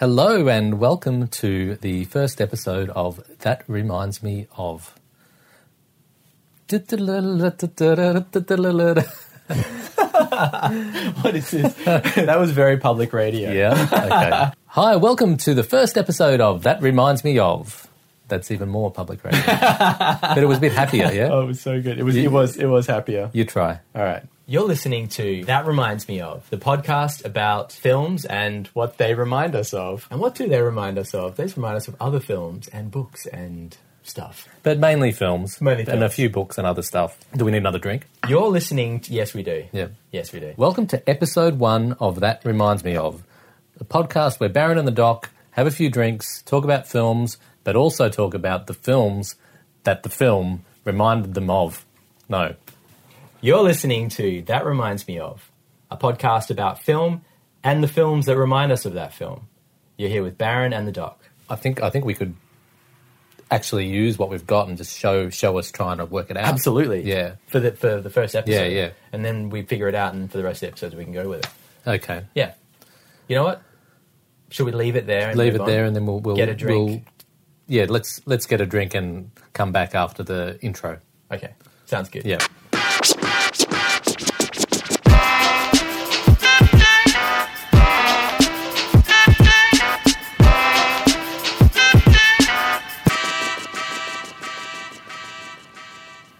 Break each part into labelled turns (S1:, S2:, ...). S1: Hello and welcome to the first episode of That Reminds Me of.
S2: What is this? that was very public radio.
S1: Yeah. Okay. Hi, welcome to the first episode of That Reminds Me of. That's even more public radio. but it was a bit happier, yeah?
S2: Oh, it was so good. It was. It was. It was happier.
S1: You try.
S2: All right.
S3: You're listening to That Reminds Me Of, the podcast about films and
S2: What they remind us of.
S3: and what do they remind us of? They just remind us of other films and books and stuff.
S1: But mainly films.
S3: Mainly
S1: And a
S3: films.
S1: few books and other stuff. Do we need another drink?
S3: You're listening to Yes We Do.
S1: Yeah.
S3: Yes we do.
S1: Welcome to episode one of That Reminds Me Of, the podcast where Baron and the Doc have a few drinks, talk about films, but also talk about the films that the film reminded them of. No.
S3: You're listening to That Reminds Me Of, a podcast about film and the films that remind us of that film. You're here with Baron and the Doc.
S1: I think I think we could actually use what we've got and just show show us trying to work it out.
S3: Absolutely.
S1: Yeah.
S3: For the for the first episode.
S1: Yeah, yeah.
S3: And then we figure it out and for the rest of the episodes we can go with it.
S1: Okay.
S3: Yeah. You know what? Should we leave it there and
S1: Leave
S3: move
S1: it
S3: on?
S1: there and then we'll, we'll
S3: Get a drink.
S1: We'll, yeah, let's let's get a drink and come back after the intro.
S3: Okay. Sounds good.
S1: Yeah.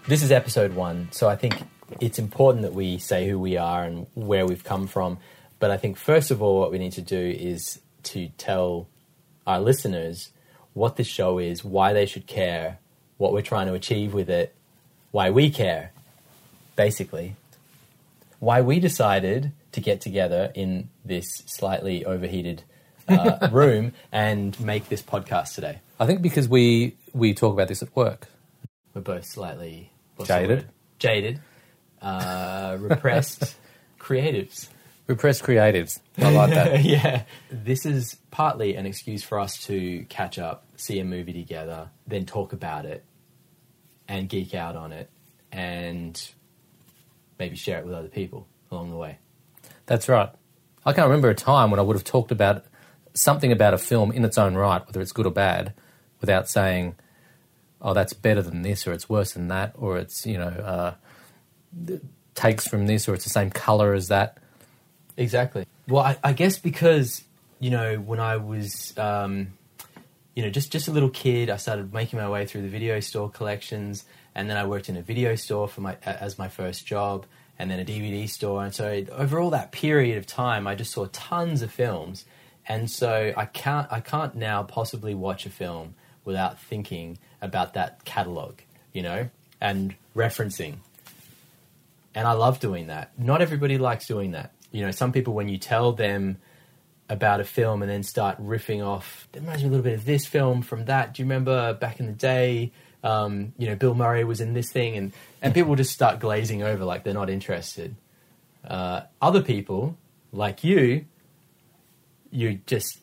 S3: This is episode one, so I think it's important that we say who we are and where we've come from. But I think, first of all, what we need to do is to tell our listeners what this show is, why they should care, what we're trying to achieve with it, why we care, basically. Why we decided to get together in this slightly overheated uh, room and make this podcast today.
S1: I think because we we talk about this at work.
S3: We're both slightly what's the
S1: Jaded.
S3: word? jaded, uh, repressed creatives.
S1: Repressed creatives. I like that.
S3: yeah, this is partly an excuse for us to catch up, see a movie together, then talk about it, and geek out on it, and maybe share it with other people along the way.
S1: That's right. I can't remember a time when I would have talked about something about a film in its own right, whether it's good or bad, without saying, "Oh, that's better than this," or "It's worse than that," or "It's you know uh, th- takes from this," or "It's the same color as that."
S3: Exactly. Well, I, I guess because you know when I was um, you know just just a little kid, I started making my way through the video store collections, and then I worked in a video store for my a- as my first job, and then a DVD store, and so over all that period of time, I just saw tons of films, and so I can't I can't now possibly watch a film without thinking about that catalog, you know, and referencing and I love doing that. Not everybody likes doing that. You know, some people when you tell them about a film and then start riffing off, it reminds me a little bit of this film from that. Do you remember back in the day? Um, you know, Bill Murray was in this thing, and and people just start glazing over like they're not interested. Uh, other people like you, you just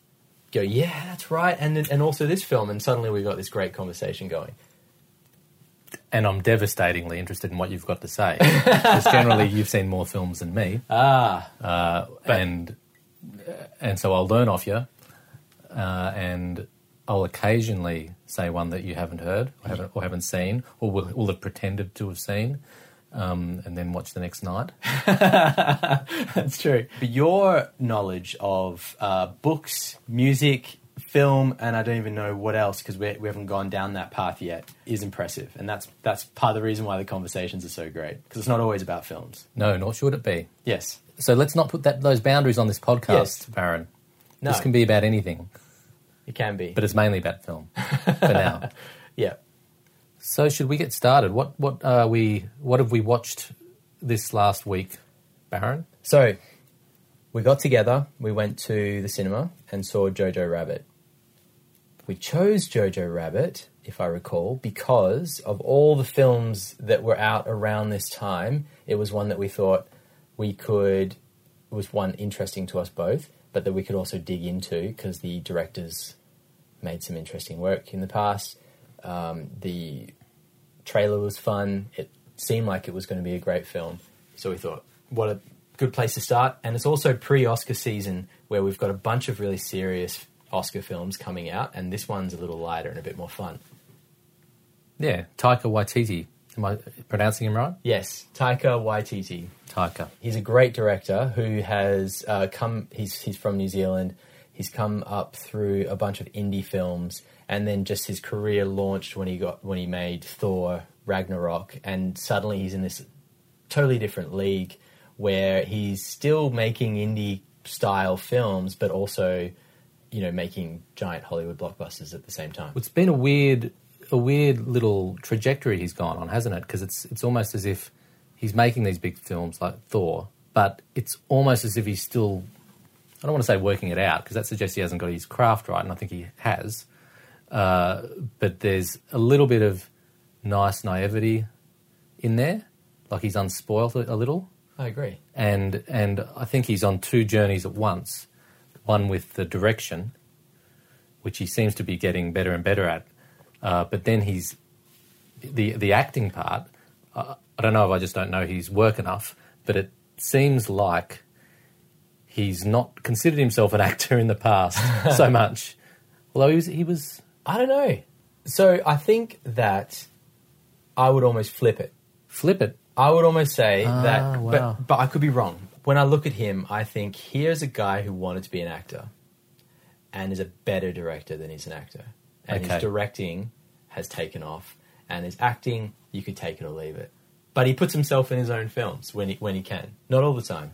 S3: go, yeah, that's right, and then- and also this film, and suddenly we've got this great conversation going.
S1: And I'm devastatingly interested in what you've got to say, because generally you've seen more films than me. Ah, uh, and uh, and so I'll learn off you, uh, and I'll occasionally say one that you haven't heard or haven't, or haven't seen, or will, will have pretended to have seen, um, and then watch the next night.
S3: That's true. But your knowledge of uh, books, music, film, and I don't even know what else because we haven't gone down that path yet is impressive, and that's that's part of the reason why the conversations are so great because it's not always about films.
S1: No, nor should it be.
S3: Yes.
S1: So let's not put that, those boundaries on this podcast,
S3: Yes.
S1: Baron.
S3: No.
S1: This can be about anything,
S3: It can be.
S1: but it's mainly about film for now.
S3: yeah.
S1: So should we get started? What what are we what have we watched this last week, Baron?
S3: So we got together. We went to the cinema and saw Jojo Rabbit. We chose Jojo Rabbit, if I recall, because of all the films that were out around this time, it was one that we thought we could it was one interesting to us both, but that we could also dig into because the directors made some interesting work in the past. Um, the trailer was fun. It seemed like it was going to be a great film. So we thought, what a good place to start. And it's also pre Oscar season where we've got a bunch of really serious Oscar films coming out, and this one's a little lighter and a bit more fun.
S1: Yeah, Taika Waititi. Am I pronouncing him right?
S3: Yes, Taika Waititi.
S1: Taika.
S3: He's a great director who has uh, come. He's he's from New Zealand. He's come up through a bunch of indie films, and then just his career launched when he got when he made Thor Ragnarok, and suddenly he's in this totally different league where he's still making indie style films, but also you know making giant Hollywood blockbusters at the same time.
S1: It's been a weird, a weird little trajectory he's gone on, hasn't it? Because it's it's almost as if he's making these big films like Thor, but it's almost as if he's still. I don't want to say working it out because that suggests he hasn't got his craft right, and I think he has. Uh, but there's a little bit of nice naivety in there, like he's unspoiled a a little.
S3: I agree.
S1: and and I think he's on two journeys at once. One with the direction, which he seems to be getting better and better at, uh, but then he's the the acting part. Uh, I don't know if I just don't know his work enough, but it seems like he's not considered himself an actor in the past so much. Although he was he was
S3: I don't know. So I think that I would almost flip it.
S1: flip it.
S3: I would almost say that,
S1: Ah, wow.
S3: but, but I could be wrong. When I look at him, I think here's a guy who wanted to be an actor and is a better director than he's an actor. And
S1: Okay.
S3: his directing has taken off, and his acting, you could take it or leave it. But he puts himself in his own films when he, when he can. Not all the time.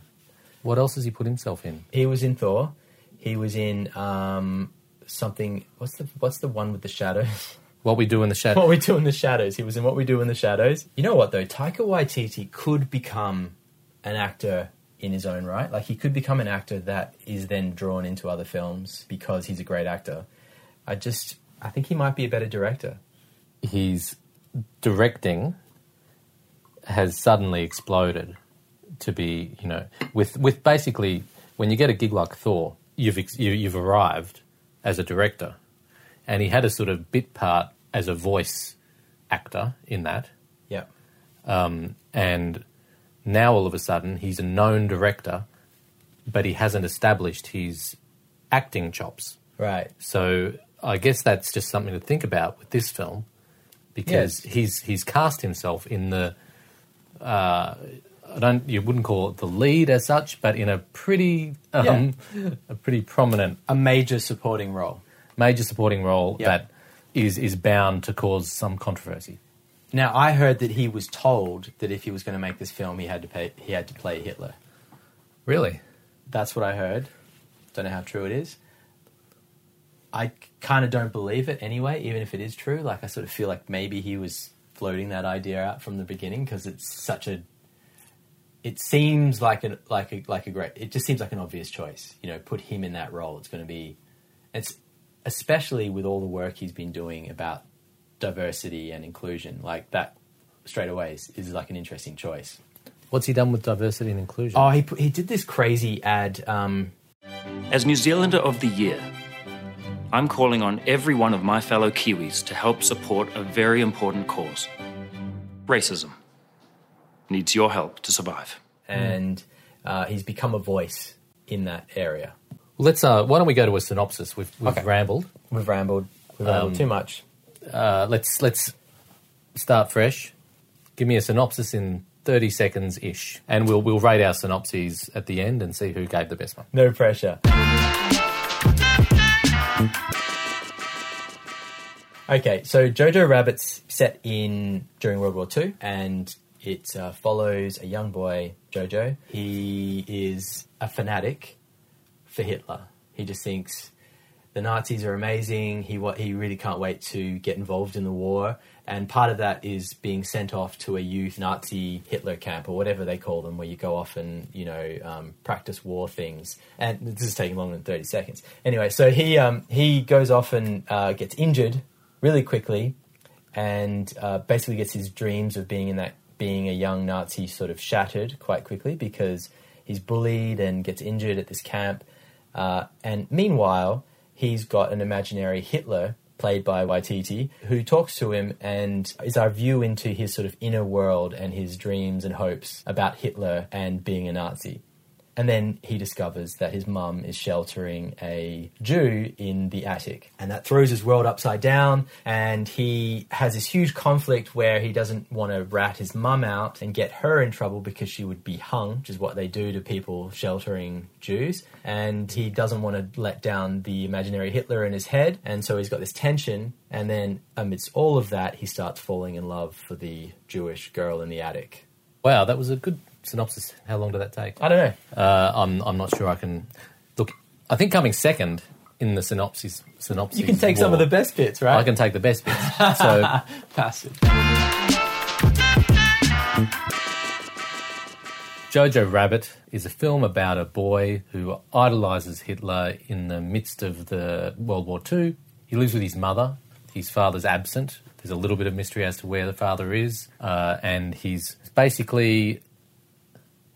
S1: What else has he put himself in?
S3: He was in Thor. He was in um, something. What's the what's the one with the shadows?
S1: What we do in the shadow?
S3: What We Do in the Shadows. He was in What We Do in the Shadows. You know what, though? Taika Waititi could become an actor in his own right. Like, he could become an actor that is then drawn into other films because he's a great actor. I just, I think he might be a better director.
S1: his directing has suddenly exploded to be, you know, with with basically when you get a gig like Thor, you've ex- you, you've arrived as a director, and he had a sort of bit part as a voice actor in that,
S3: Yeah.
S1: and now all of a sudden he's a known director, but he hasn't established his acting chops.
S3: Right.
S1: So I guess that's just something to think about with this film, because he's he's cast himself in the. Uh, I don't. You wouldn't call it the lead as such, but in a pretty, um, a pretty prominent
S3: A major supporting role.
S1: major supporting role
S3: Yeah.
S1: that is is bound to cause some controversy.
S3: Now, I heard that he was told that if he was going to make this film, he had to, pay, he had to play Hitler.
S1: Really?
S3: That's what I heard. Don't know how true it is. I kind of don't believe it anyway, even if it is true. Like, I sort of feel like maybe he was floating that idea out from the beginning because it's such a. It seems like an like a like a great. It just seems like an obvious choice. You know, put him in that role. It's going to be. It's especially with all the work he's been doing about diversity and inclusion. Like that straight away is, is like an interesting choice.
S1: What's he done with diversity and inclusion?
S3: Oh, he put- he did this crazy ad. Um,
S4: As New Zealander of the Year, I'm calling on every one of my fellow Kiwis to help support a very important cause. Racism needs your help to survive.
S3: Hmm. and uh, he's become a voice in that area.
S1: Let's. Uh, why don't we go to a synopsis? We've, we've
S3: Okay.
S1: rambled.
S3: We've rambled, we've rambled
S1: Um,
S3: too much.
S1: Uh, let's let's start fresh. Give me a synopsis in thirty seconds ish, and we'll we'll rate our synopses at the end and see who gave the best one.
S3: No pressure. Okay, so Jojo Rabbit's set in during World War II, and it uh, follows a young boy, Jojo. He is a fanatic for Hitler. He just thinks the Nazis are amazing. He wa- he really can't wait to get involved in the war, and part of that is being sent off to a youth Nazi Hitler camp or whatever they call them, where you go off and you know um, practice war things. And this is taking longer than thirty seconds. Anyway, so he um, he goes off and uh, gets injured really quickly, and uh, basically gets his dreams of being in that being a young Nazi sort of shattered quite quickly because he's bullied and gets injured at this camp. Uh, and meanwhile, he's got an imaginary Hitler played by Waititi who talks to him and is our view into his sort of inner world and his dreams and hopes about Hitler and being a Nazi. And then he discovers that his mum is sheltering a Jew in the attic. And that throws his world upside down. And he has this huge conflict where he doesn't want to rat his mum out and get her in trouble because she would be hung, which is what they do to people sheltering Jews. And he doesn't want to let down the imaginary Hitler in his head. And so he's got this tension. And then, amidst all of that, he starts falling in love for the Jewish girl in the attic.
S1: Wow, that was a good synopsis. How long did that take?
S3: I don't know.
S1: Uh, I'm I'm not sure I can look. I think coming second in the synopsis synopsis.
S2: You can take some of the best bits, right?
S1: I can take the best bits. So
S3: Passive.
S1: Jojo Rabbit is a film about a boy who idolizes Hitler in the midst of the World War II. He lives with his mother. His father's absent. There's a little bit of mystery as to where the father is, uh, and he's basically.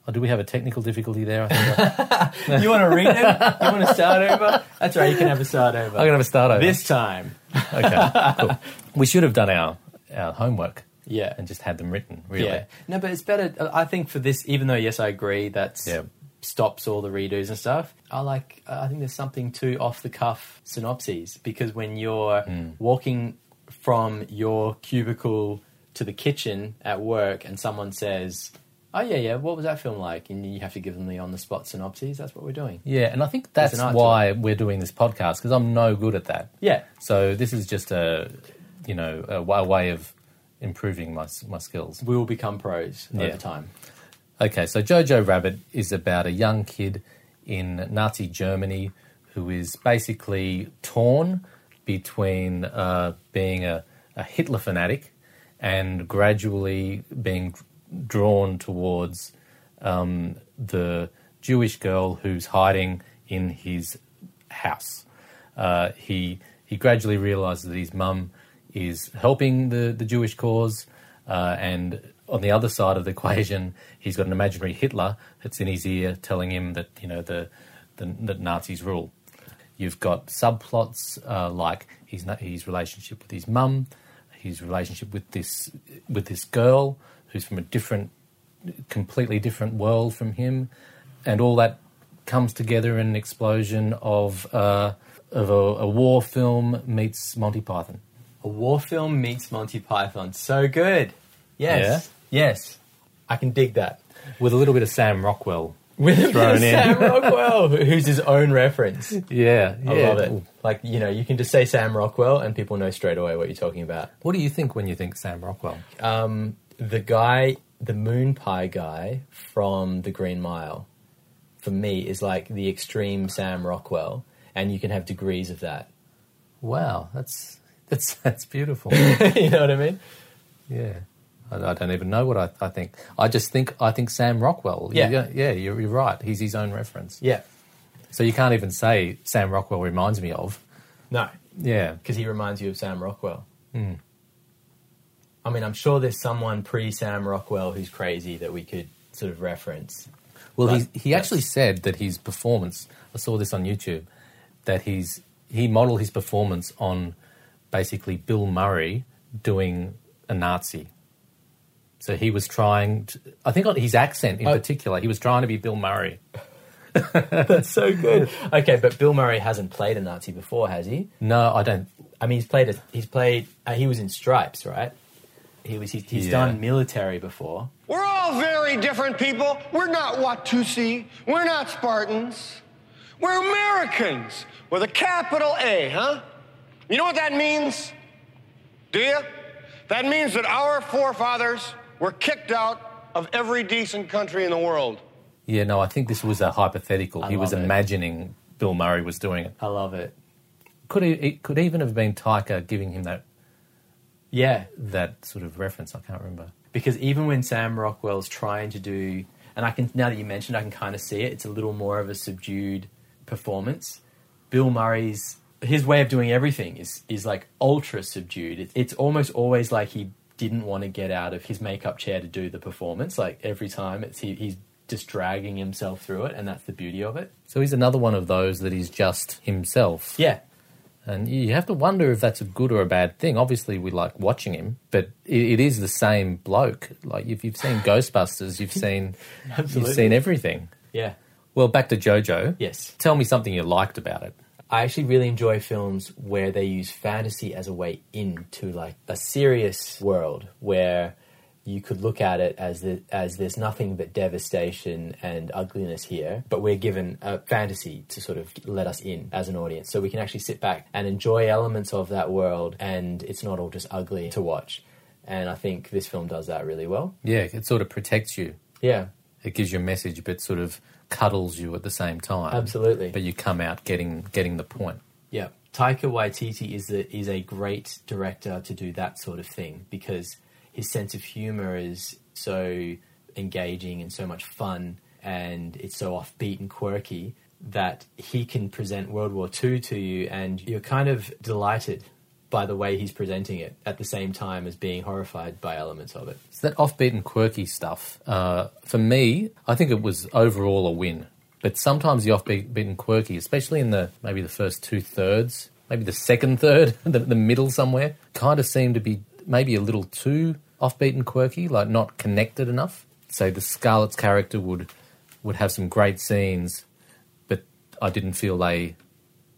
S1: Oh, do we have a technical difficulty there? I think
S3: You want to read it? You want to start over? That's right. You can have a start over.
S1: I'm gonna have a start over.
S2: This time.
S1: okay, cool. We should have done our our homework
S2: Yeah.
S1: and just had them written. Really,
S3: Yeah. No, but it's better. I I think for this, even though yes, I agree that
S1: Yeah.
S3: stops all the redos and stuff. I like. I think there's something to off the cuff synopses because when you're
S1: Mm.
S3: walking from your cubicle to the kitchen at work and someone says. Oh yeah, yeah. What was that film like? And you have to give them the on-the-spot synopses. That's what we're doing.
S1: yeah. And I think that's
S3: an art to
S1: why we're doing this podcast because I'm no good at that.
S3: Yeah,
S1: So this is just a you know a, wa- way of improving my s- my skills.
S3: we will become pros
S1: Yeah.
S3: over time.
S1: Okay, so Jojo Rabbit is about a young kid in Nazi Germany who is basically torn between uh, being a, a Hitler fanatic and gradually being drawn towards um, the Jewish girl who's hiding in his house. Uh, he he gradually realizes that his mum is helping the, the Jewish cause, uh, and on the other side of the equation, he's got an imaginary Hitler that's in his ear telling him that you know the the, that Nazis rule. You've got subplots uh, like his na- his relationship with his mum, his relationship with this with this girl who's from a different completely different world from him, and all that comes together in an explosion of uh, of a, a war film meets Monty Python.
S3: A war film meets Monty Python. So good. Yes. Yes. I can dig that.
S1: with a little bit of Sam Rockwell.
S3: With a bit
S1: Thrown
S3: of
S1: in.
S3: Sam Rockwell, who- who's his own reference.
S1: Yeah,
S3: I love it. Like, you know, you can just say Sam Rockwell and people know straight away what you're talking about.
S1: What do you think when you think Sam Rockwell?
S3: Um, the guy, the moon pie guy from The Green Mile, for me, is like the extreme Sam Rockwell. And you can have degrees of that.
S1: Wow, that's that's that's beautiful.
S3: you know what I mean?
S1: yeah, I, I don't even know what I, I think. I just think I think Sam Rockwell. You-
S3: Yeah.
S1: yeah, you're, you're right. He's his own reference.
S3: Yeah.
S1: So you can't even say Sam Rockwell reminds me of.
S3: No.
S1: Yeah,
S3: because he reminds you of Sam Rockwell. I mean, I'm sure there's someone pre Sam Rockwell who's crazy that we could sort of reference.
S1: Well,
S3: But
S1: he he actually said that his performance. I saw this on YouTube. That he's he modelled his performance on basically Bill Murray doing a Nazi. So he was trying. To, I think on his accent in
S3: Oh.
S1: particular, he was trying to be Bill Murray.
S3: That's so good. okay, but Bill Murray hasn't played a Nazi before, has he?
S1: No, I don't.
S3: I mean, he's played. A, he's played. Uh, he was in Stripes, right? He was. He's, he's
S1: Yeah.
S3: done military before.
S5: We're all very different people. We're not Watusi. We're not Spartans. We're Americans with a capital A, huh? You know what that means? Do you? That means that our forefathers were kicked out of every decent country in the world.
S1: Yeah, no. I think this was a hypothetical.
S3: I
S1: he was
S3: love it.
S1: imagining Bill Murray was doing it.
S3: I love it.
S1: Could he, it could even have been Tyker giving him that
S3: Yeah,
S1: that sort of reference. I can't remember.
S3: because even when Sam Rockwell's trying to do, and I can now that you mentioned, I can kind of see it. It's a little more of a subdued performance. Bill Murray's his way of doing everything is is like ultra subdued. It, it's almost always like he didn't want to get out of his makeup chair to do the performance. Like every time, it's he, he's just dragging himself through it, and that's the beauty of it.
S1: So he's another one of those that is just himself.
S3: Yeah,
S1: And you have to wonder if that's a good or a bad thing. Obviously, we like watching him, but it, it is the same bloke. Like if you've seen Ghostbusters, you've seen you've
S3: Absolutely.
S1: seen everything.
S3: yeah.
S1: Well, back to JoJo.
S3: Yes.
S1: Tell me something you liked about it.
S3: I actually really enjoy films where they use fantasy as a way into like a serious world where you could look at it as the, as there's nothing but devastation and ugliness here, but we're given a fantasy to sort of let us in as an audience, so we can actually sit back and enjoy elements of that world, and it's not all just ugly to watch. And I think this film does that really well.
S1: Yeah, it sort of protects you.
S3: Yeah,
S1: It gives you a message, but sort of cuddles you at the same time.
S3: Absolutely.
S1: But you come out getting getting the point.
S3: Yeah, Taika Waititi is a, is a great director to do that sort of thing because his sense of humor is so engaging and so much fun, and it's so offbeat and quirky that he can present World War II to you, and you're kind of delighted by the way he's presenting it at the same time as being horrified by elements of it.
S1: It's that offbeat and quirky stuff. Uh, for me, I think it was overall a win. But sometimes the offbeat beat and quirky, especially in the maybe the first two thirds, maybe the second third, the, the middle somewhere, kind of seemed to be maybe a little too offbeat and quirky, like not connected enough. So the Scarlet's character would would have some great scenes, but I didn't feel they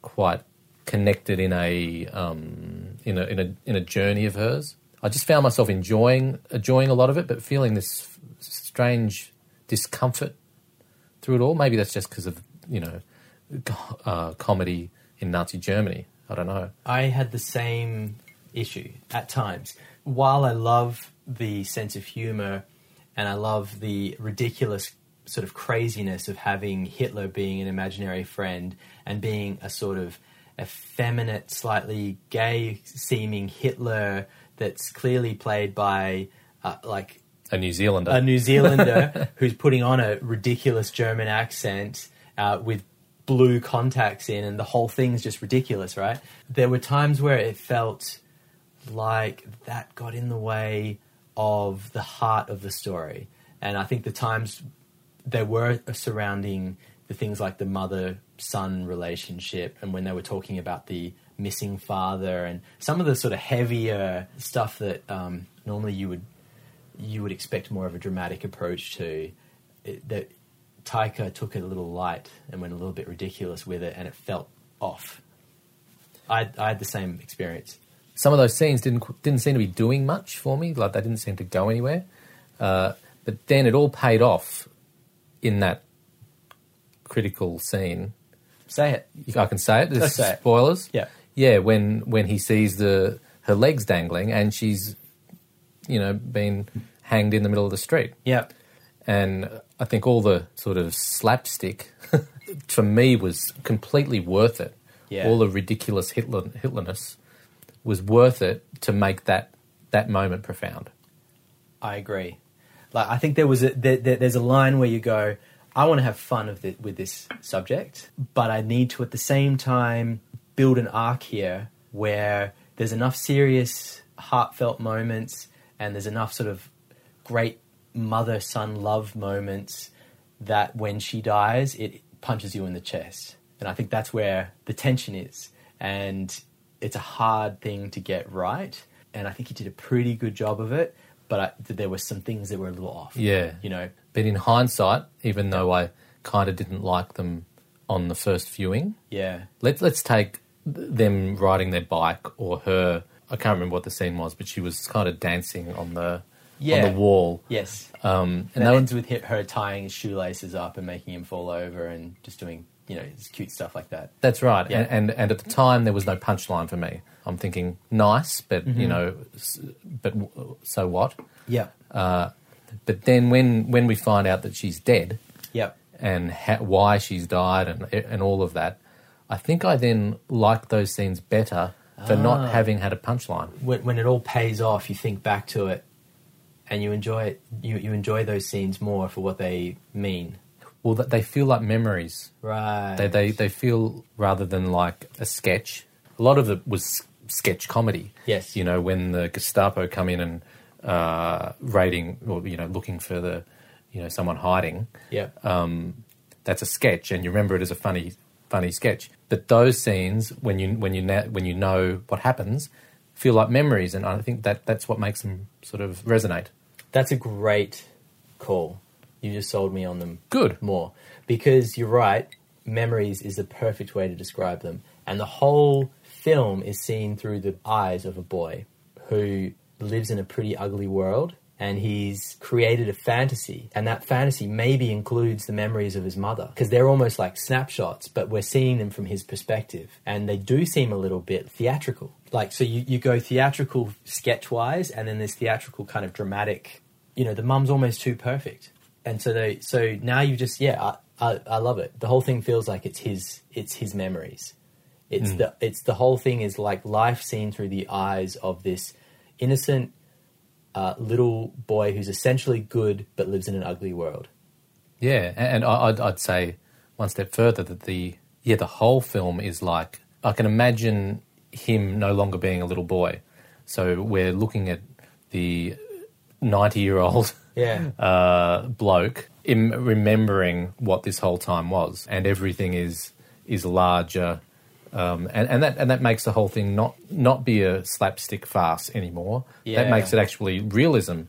S1: quite connected in a um, in a in a in a journey of hers. I just found myself enjoying enjoying a lot of it, but feeling this f- strange discomfort through it all. Maybe that's just because of you know co- uh, comedy in Nazi Germany. I don't know.
S3: I had the same issue at times. While I love the sense of humor and I love the ridiculous sort of craziness of having Hitler being an imaginary friend and being a sort of effeminate, slightly gay seeming Hitler that's clearly played by uh, like
S1: A New Zealander.
S3: a New Zealander who's putting on a ridiculous German accent uh, with blue contacts in, and the whole thing's just ridiculous, right? There were times where it felt like that got in the way of the heart of the story. And I think the times they were surrounding the things like the mother son relationship and when they were talking about the missing father and some of the sort of heavier stuff that um, normally you would you would expect more of a dramatic approach to it, that Taika took it a little light and went a little bit ridiculous with it and it felt off I, I had the same experience
S1: some of those scenes didn't qu- didn't seem to be doing much for me. Like they didn't seem to go anywhere. Uh, but then it all paid off in that critical scene
S3: say it
S1: if I can say it. There's
S3: Let's say it.
S1: spoilers.
S3: Yeah.
S1: Yeah, when when he sees the her legs dangling and she's you know, been hanged in the middle of the street.
S3: yeah
S1: And I think all the sort of slapstick for me was completely worth it.
S3: Yeah.
S1: All the ridiculous Hitler Hitlerness was worth it to make that that moment profound.
S3: I agree. Like I think there was a there, there, there's a line where you go, I want to have fun of the, with this subject, but I need to at the same time build an arc here where there's enough serious, heartfelt moments and there's enough sort of great mother son love moments that when she dies, it punches you in the chest. And I think that's where the tension is. And it's a hard thing to get right. And I think he did a pretty good job of it. But I, th- there were some things that were a little off.
S1: Yeah.
S3: You know,
S1: But in hindsight, even though I kind of didn't like them on the first viewing,
S3: yeah.
S1: Let's let's take th- them riding their bike or her. I can't remember what the scene was, but she was kind of dancing on the on
S3: Yeah.
S1: the wall.
S3: Yes.
S1: Um,
S3: and
S1: and that
S3: that
S1: was-
S3: ends with hit her tying his shoelaces up and making him fall over and just doing, you know, cute stuff like that.
S1: that's right. And, and and at the time there was no punchline for me. I'm thinking nice, but you know, s- but w- so what?
S3: Yep.
S1: But then when when we find out that she's dead
S3: yep.
S1: and ha- why she's died and e, and all of that, I think I then liked those scenes better for not having had a punchline.
S3: when, when it all pays off, you think back to it, and you enjoy it. You you enjoy those scenes more for what they mean,
S1: Well, that they feel like memories.
S3: right?
S1: They, they they feel rather than like a sketch. A lot of it was s- sketch comedy.
S3: Yes.
S1: you know when the Gestapo come in and uh, raiding or you know looking for the you know someone hiding.
S3: yeah,
S1: uh, That's a sketch, and you remember it as a funny funny sketch. But those scenes when you when you na- when you know what happens feel like memories, and I think that that's what makes them sort of resonate.
S3: that's a great call. You just sold me on them
S1: Good.
S3: more because you're right, memories is the perfect way to describe them. And the whole film is seen through the eyes of a boy who lives in a pretty ugly world and he's created a fantasy. And that fantasy maybe includes the memories of his mother because they're almost like snapshots, but we're seeing them from his perspective. And they do seem a little bit theatrical. Like, so you, you go theatrical sketch wise, and then this theatrical kind of dramatic, you know, the mum's almost too perfect and so they so now you've just yeah I, I, I love it the whole thing feels like it's his it's his memories it's the it's the whole thing is like life seen through the eyes of this innocent uh, little boy who's essentially good but lives in an ugly world
S1: Yeah, a- and I- I'd, I'd say one step further that the yeah the whole film is like I can imagine him no longer being a little boy, so we're looking at the ninety-year-old
S3: yeah
S1: uh, bloke Im- remembering what this whole time was, and everything is is larger, um, and and that and that makes the whole thing not not be a slapstick farce anymore. That
S3: Yeah.
S1: makes it actually realism,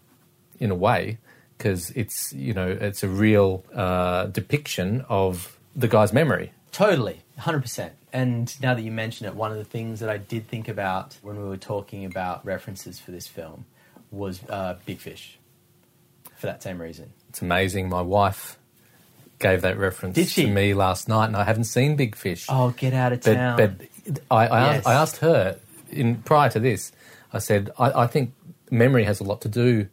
S1: in a way, because it's you know it's a real uh, depiction of the guy's memory.
S3: Totally, 100%. And now that you mention it, one of the things that I did think about when we were talking about references for this film was uh, Big Fish for that same reason.
S1: It's amazing. My wife gave that reference
S3: Did she?
S1: to me last night, and I haven't seen Big Fish.
S3: Oh, get out of
S1: But,
S3: town.
S1: but I, I,
S3: Yes.
S1: asked, I asked her in prior to this. I said, I, I think memory has a lot to do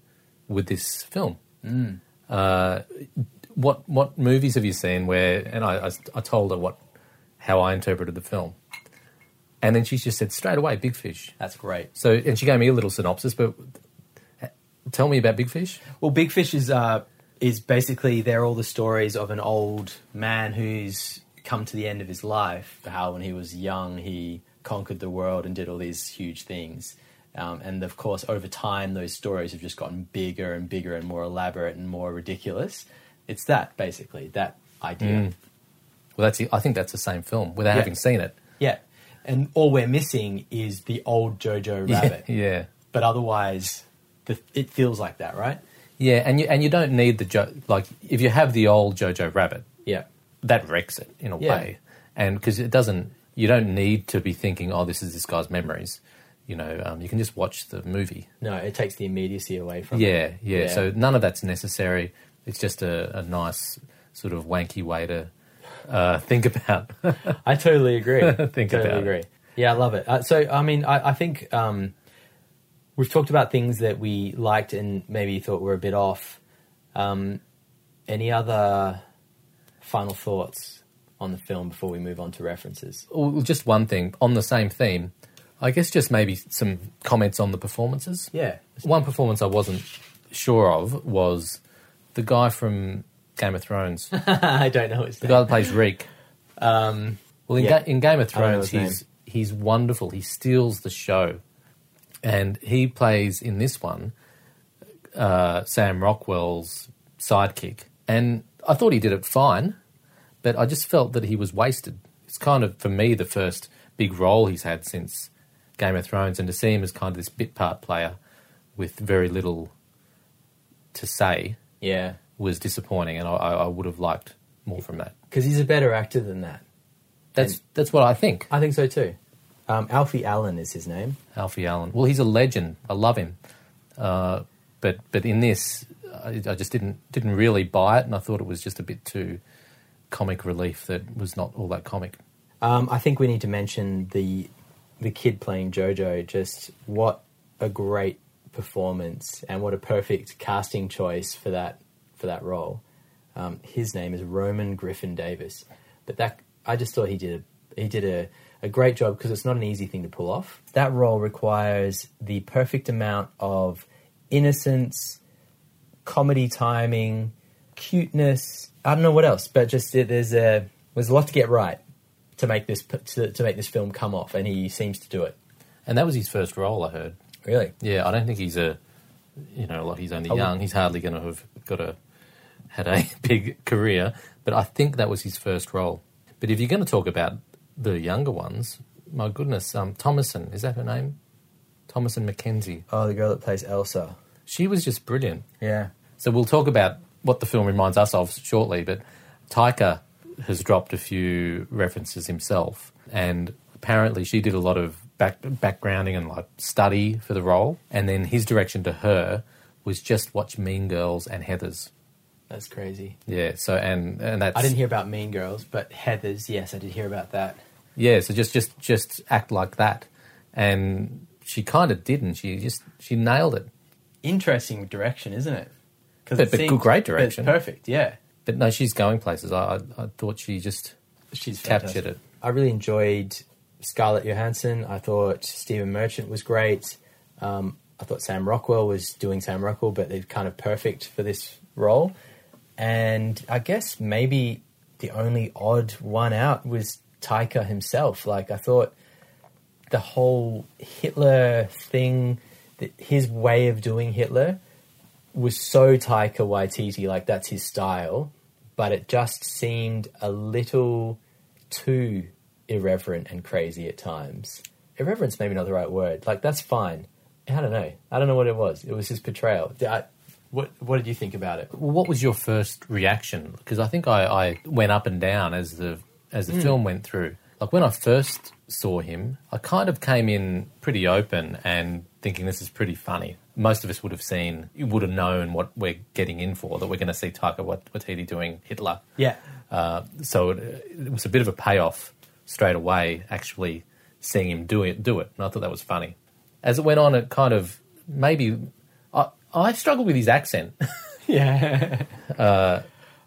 S1: with this film.
S3: Mm.
S1: Uh, what what movies have you seen where? And I, I, I told her what how I interpreted the film, and then she just said straight away, Big Fish.
S3: That's great.
S1: So and she gave me a little synopsis, but uh, tell me about Big Fish.
S3: Well, Big Fish is uh, is basically they're all the stories of an old man who's come to the end of his life. How when he was young, he conquered the world and did all these huge things. Um, and of course, over time, those stories have just gotten bigger and bigger and more elaborate and more ridiculous. It's that basically that idea.
S1: Well, that's the- I think that's the same film without
S3: Yeah.
S1: having seen it.
S3: Yeah, and all we're missing is the old Jojo Rabbit.
S1: yeah.
S3: But otherwise, the, it feels like that, right?
S1: Yeah, and you and you don't need the jo- like if you have the old Jojo Rabbit,
S3: Yeah.
S1: that wrecks it in a
S3: Yeah.
S1: way, and because it doesn't, you don't need to be thinking, oh, this is this guy's memories. You know, um, you can just watch the movie.
S3: No, it takes the immediacy away from it.
S1: Yeah, yeah,
S3: Yeah.
S1: So none of that's necessary. It's just a, a nice sort of wanky way to uh, think about.
S3: I totally agree.
S1: Think
S3: totally
S1: about it.
S3: agree. Yeah, I love it. Uh, so, I mean, I, I think um, we've talked about things that we liked and maybe thought were a bit off. Um, any other final thoughts on the film before we move on to references?
S1: Well, just one thing on the same theme. I guess just maybe some comments on the performances.
S3: Yeah.
S1: One performance I wasn't sure of was the guy from Game of Thrones.
S3: I don't know his
S1: The
S3: name.
S1: guy that plays Reek. Um, well, in,
S3: yeah.
S1: Ga- in Game of
S3: I don't know
S1: Thrones,
S3: his
S1: he's he's wonderful. He steals the show, and he plays in this one uh, Sam Rockwell's sidekick. And I thought he did it fine, but I just felt that he was wasted. It's kind of for me the first big role he's had since Game of Thrones, and to see him as kind of this bit part player with very little to say
S3: Yeah.
S1: was disappointing, and I, I I would have liked more from that.
S3: Because he's a better actor than that.
S1: That's that's what I think.
S3: I think so too. Um, Alfie Allen is his name.
S1: Alfie Allen. Well, he's a legend. I love him. Uh, but but in this, I, I just didn't didn't really buy it, and I thought it was just a bit too comic relief that was not all that comic.
S3: Um, I think we need to mention the the kid playing Jojo. Just what a great performance, and what a perfect casting choice for that for that role. Um, his name is Roman Griffin Davis, but that I just thought he did a, he did a, a great job because it's not an easy thing to pull off. That role requires the perfect amount of innocence, comedy timing, cuteness. I don't know what else, but just it, there's a there's a lot to get right to make this p- to, to make this film come off, and he seems to do it.
S1: And that was his first role, I heard.
S3: Really?
S1: Yeah, I don't think he's a you know like he's only
S3: would-
S1: young. He's hardly going to have got a had a big career, but I think that was his first role. But if you're going to talk about the younger ones, my goodness, um, Thomason is that her name? Thomason McKenzie.
S3: Oh, the girl that plays Elsa.
S1: She was just brilliant.
S3: Yeah.
S1: So we'll talk about what the film reminds us of shortly, but Taika has dropped a few references himself, and apparently she did a lot of back, backgrounding and like study for the role. And then his direction to her was just watch Mean Girls and Heather's.
S3: That's crazy.
S1: Yeah. So and and that's
S3: I didn't hear about Mean Girls, but Heather's, yes, I did hear about that.
S1: yeah. So just just just act like that, and she kind of didn't. She just she nailed it.
S3: Interesting direction, isn't it? 'Cause
S1: But-
S3: it
S1: but
S3: seemed-
S1: good- great
S3: but
S1: direction.
S3: Perfect, yeah.
S1: But no, she's going places. I I, I thought she just
S3: She's
S1: Captured
S3: fantastic.
S1: it.
S3: I really enjoyed Scarlett Johansson. I thought Stephen Merchant was great. Um, I thought Sam Rockwell was doing Sam Rockwell, but they're kind of perfect for this role. And I guess maybe the only odd one out was Taika himself. Like I thought the whole Hitler thing, th- his way of doing Hitler, was so Taika Waititi, like that's his style, but it just seemed a little too irreverent and crazy at times. Irreverence, maybe not the right word. Like that's fine. I don't know. I don't know what it was. It was his portrayal. Did I- what What did you think about it?
S1: Well, what was your first reaction? Because I think I, I went up and down as the as the film went through. Like when I first saw him, I kind of came in pretty open and thinking this is pretty funny. Most of us would have seen, you would have known what we're getting in for. That we're going to see Taika Wait- Waititi doing Hitler.
S3: Yeah,
S1: So it, it was a bit of a payoff straight away. Actually, seeing him do it, do it, and I thought that was funny. As it went on, it kind of maybe I I struggled with his accent.
S3: yeah. Uh,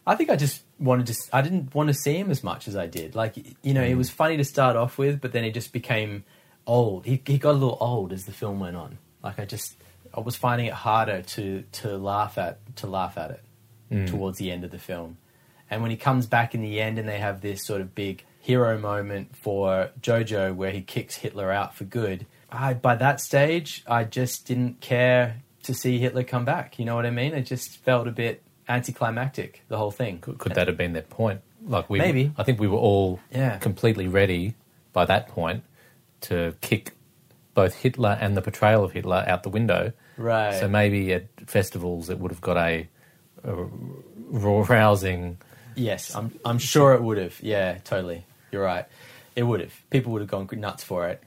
S3: I think I just wanted to. s- I didn't want to see him as much as I did. Like y- you know, it was funny to start off with, but then he just became old. He he got a little old as the film went on. Like I just, I was finding it harder to to laugh at to laugh at it towards the end of the film. And when he comes back in the end, and they have this sort of big hero moment for Jojo, where he kicks Hitler out for good. I by that stage, I just didn't care to see Hitler come back. You know what I mean? It just felt a bit anticlimactic, the whole thing.
S1: Could, could that have been their point? Like we,
S3: Maybe.
S1: I think we were all
S3: Yeah.
S1: completely ready by that point to kick both Hitler and the portrayal of Hitler out the window.
S3: Right.
S1: So maybe at festivals it would have got a, a r- rousing.
S3: Yes, I'm, I'm sure it would have. Yeah, totally. You're right. It would have. People would have gone nuts for it.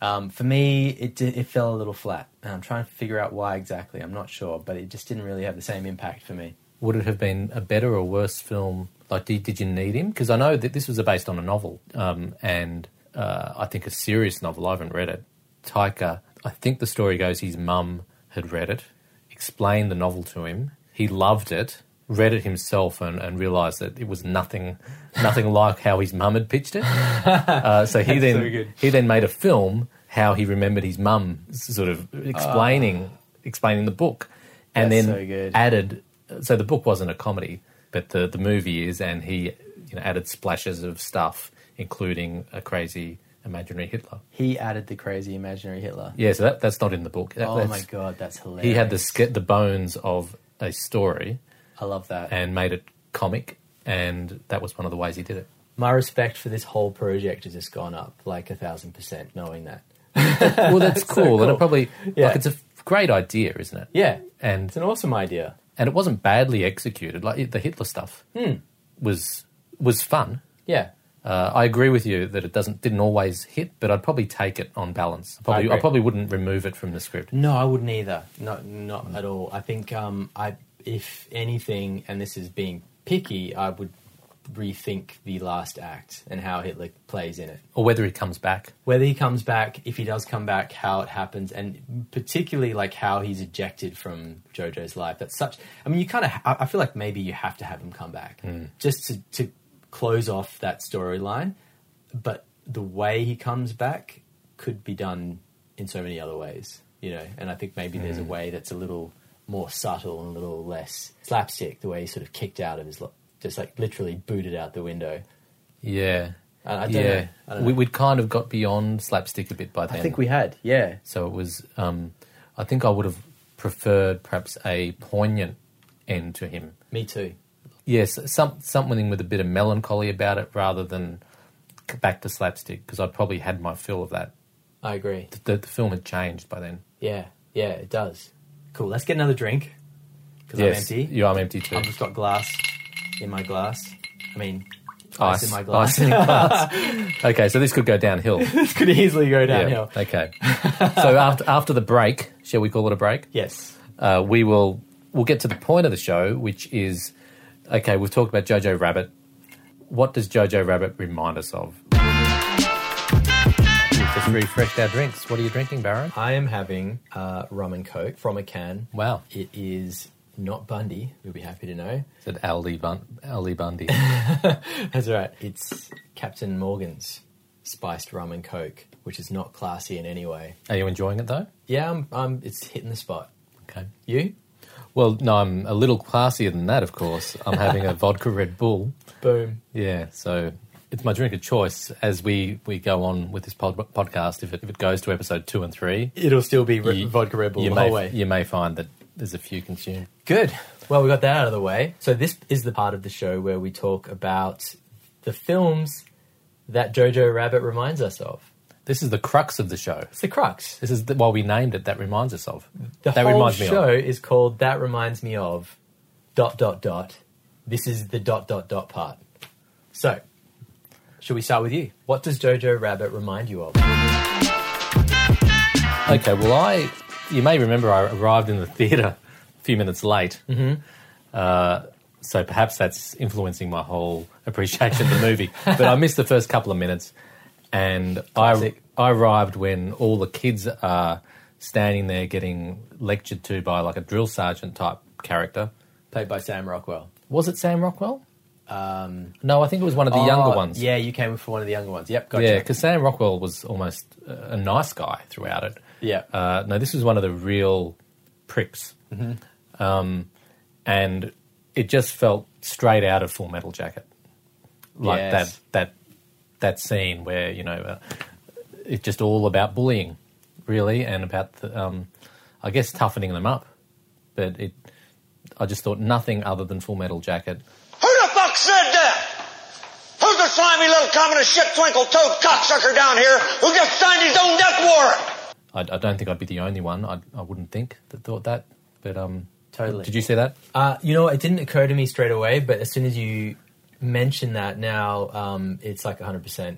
S3: Um, for me, it, di- it fell a little flat. And I'm trying to figure out why exactly. I'm not sure, but it just didn't really have the same impact for me.
S1: Would it have been a better or worse film? Like, did, did you need him? Because I know that this was based on a novel, um, and uh, I think a serious novel. I haven't read it. Taika, I think the story goes his mum had read it, explained the novel to him. He loved it, read it himself, and, and realised that it was nothing, nothing like how his mum had pitched it. Uh, so he then
S3: so good.
S1: he then made a film how he remembered his mum s- sort of explaining
S3: Ah.
S1: explaining the book, and
S3: That's
S1: then
S3: so good.
S1: added. So the book wasn't a comedy, but the the movie is, and he you know added splashes of stuff, including a crazy imaginary Hitler.
S3: He added the crazy imaginary Hitler.
S1: Yeah, so that, that's not in the book. That-
S3: oh my
S1: that's-
S3: god, that's hilarious.
S1: He had the ske- the bones of a story
S3: I love that.
S1: and made it comic, and that was one of the ways he did it.
S3: My respect for this whole project has just gone up like a thousand percent knowing that.
S1: Well, that's cool, and
S3: cool.
S1: it probably
S3: Yeah.
S1: like it's a f- great idea, isn't it?
S3: Yeah.
S1: and
S3: It's an awesome idea.
S1: and it wasn't badly executed. Like it- the Hitler stuff
S3: Hmm.
S1: was was fun.
S3: Yeah.
S1: Uh, I agree with you that it doesn't didn't always hit, but I'd probably take it on balance. I probably, I,
S3: agree.
S1: probably wouldn't remove it from the script.
S3: No, I wouldn't either. Not not at all. I think um, I, if anything, and this is being picky, I would rethink the last act and how Hitler plays in it.
S1: Or whether he comes back.
S3: Whether he comes back, if he does come back, how it happens, and particularly like how he's ejected from JoJo's life. That's such. I mean, you kind of. I I feel like maybe you have to have him come back just to to close off that storyline. But the way he comes back could be done in so many other ways, you know. And I think maybe there's a way that's a little more subtle and a little less slapstick. The way he sort of kicked out of his, lo- just like literally booted out the window.
S1: Yeah,
S3: I- I don't know.
S1: yeah.
S3: I don't
S1: We,
S3: know.
S1: we'd kind of got beyond slapstick a bit by then.
S3: I think we had, yeah.
S1: So it was. Um, I think I would have preferred perhaps a poignant end to him.
S3: Me too.
S1: yes, some something with a bit of melancholy about it rather than c- back to slapstick because I probably had my fill of that.
S3: I agree.
S1: The, the film had changed by then.
S3: Yeah, yeah, it does. Cool. Let's get another drink because I'm empty.
S1: you are empty too.
S3: I've just got glass in my glass. I mean,
S1: Ice,
S3: ice, in my
S1: ice
S3: glass.
S1: in glass. okay, so this could go downhill.
S3: this could easily go
S1: Yeah.
S3: downhill.
S1: Okay. So after after the break, shall we call it a break?
S3: Yes.
S1: uh, we will we'll get to the point of the show, which is okay. We've talked about Jojo Rabbit. What does Jojo Rabbit remind us of? We've just refreshed our drinks. What are you drinking, Baron?
S3: I am having uh, rum and coke from a can.
S1: Wow,
S3: It is not Bundy, you'll be happy to know.
S1: it's an Aldi Bun- Aldi Bundy.
S3: That's right. It's Captain Morgan's spiced rum and coke, which is not classy in any way.
S1: are you enjoying it though?
S3: Yeah, I'm, I'm, it's hitting the spot.
S1: Okay.
S3: You?
S1: Well, no, I'm a little classier than that. Of course, I'm having a vodka Red Bull.
S3: Boom.
S1: Yeah, so it's my drink of choice as we, we go on with this pod- podcast. If it, if it goes to episode two and three,
S3: It'll still be re-
S1: you-
S3: vodka Red Bull
S1: you
S3: the
S1: may,
S3: whole way.
S1: You may find that there's a few consumed.
S3: Good. Well, we got that out of the way. So this is the part of the show where we talk about the films that Jojo Rabbit reminds us of.
S1: This is the crux of the show.
S3: It's the crux.
S1: This is the, while we named it. That reminds us of.
S3: The
S1: that
S3: whole
S1: reminds me
S3: show
S1: of.
S3: is called "That Reminds Me of." Dot dot dot. This is the dot dot dot part. So, should we start with you? What does Jojo Rabbit remind you of?
S1: Okay, well, I you may remember I arrived in the theater a few minutes late. Mm-hmm. Uh, so perhaps that's influencing my whole appreciation of the movie. but I missed the first couple of minutes, and I,
S3: Classic.
S1: I arrived when all the kids are standing there getting lectured to by like a drill sergeant type character.
S3: Played by Sam Rockwell.
S1: Was it Sam Rockwell? Um, no, I think it was one of the younger
S3: Oh,
S1: ones.
S3: Yeah, you came for one of the younger ones. Yep, gotcha.
S1: Yeah, because Sam Rockwell was almost uh, a nice guy throughout it.
S3: Yeah.
S1: Uh, no, this was one of the real pricks. Um, and it just felt straight out of Full Metal Jacket. Like
S3: Yes.
S1: that, that, that scene where, you know, uh, it's just all about bullying, really, and about, the, um, I guess, toughening them up. But it, I just thought nothing other than Full Metal Jacket.
S6: Who the fuck said that? Who's the slimy little communist shit twinkle toed cocksucker down here who just signed his own death warrant?
S1: I, I don't think I'd be the only one. I, I wouldn't think that thought that. But um,
S3: Totally.
S1: Did you see that?
S3: Uh, you know, it didn't occur to me straight away, but as soon as you mention that now, um, it's like 100%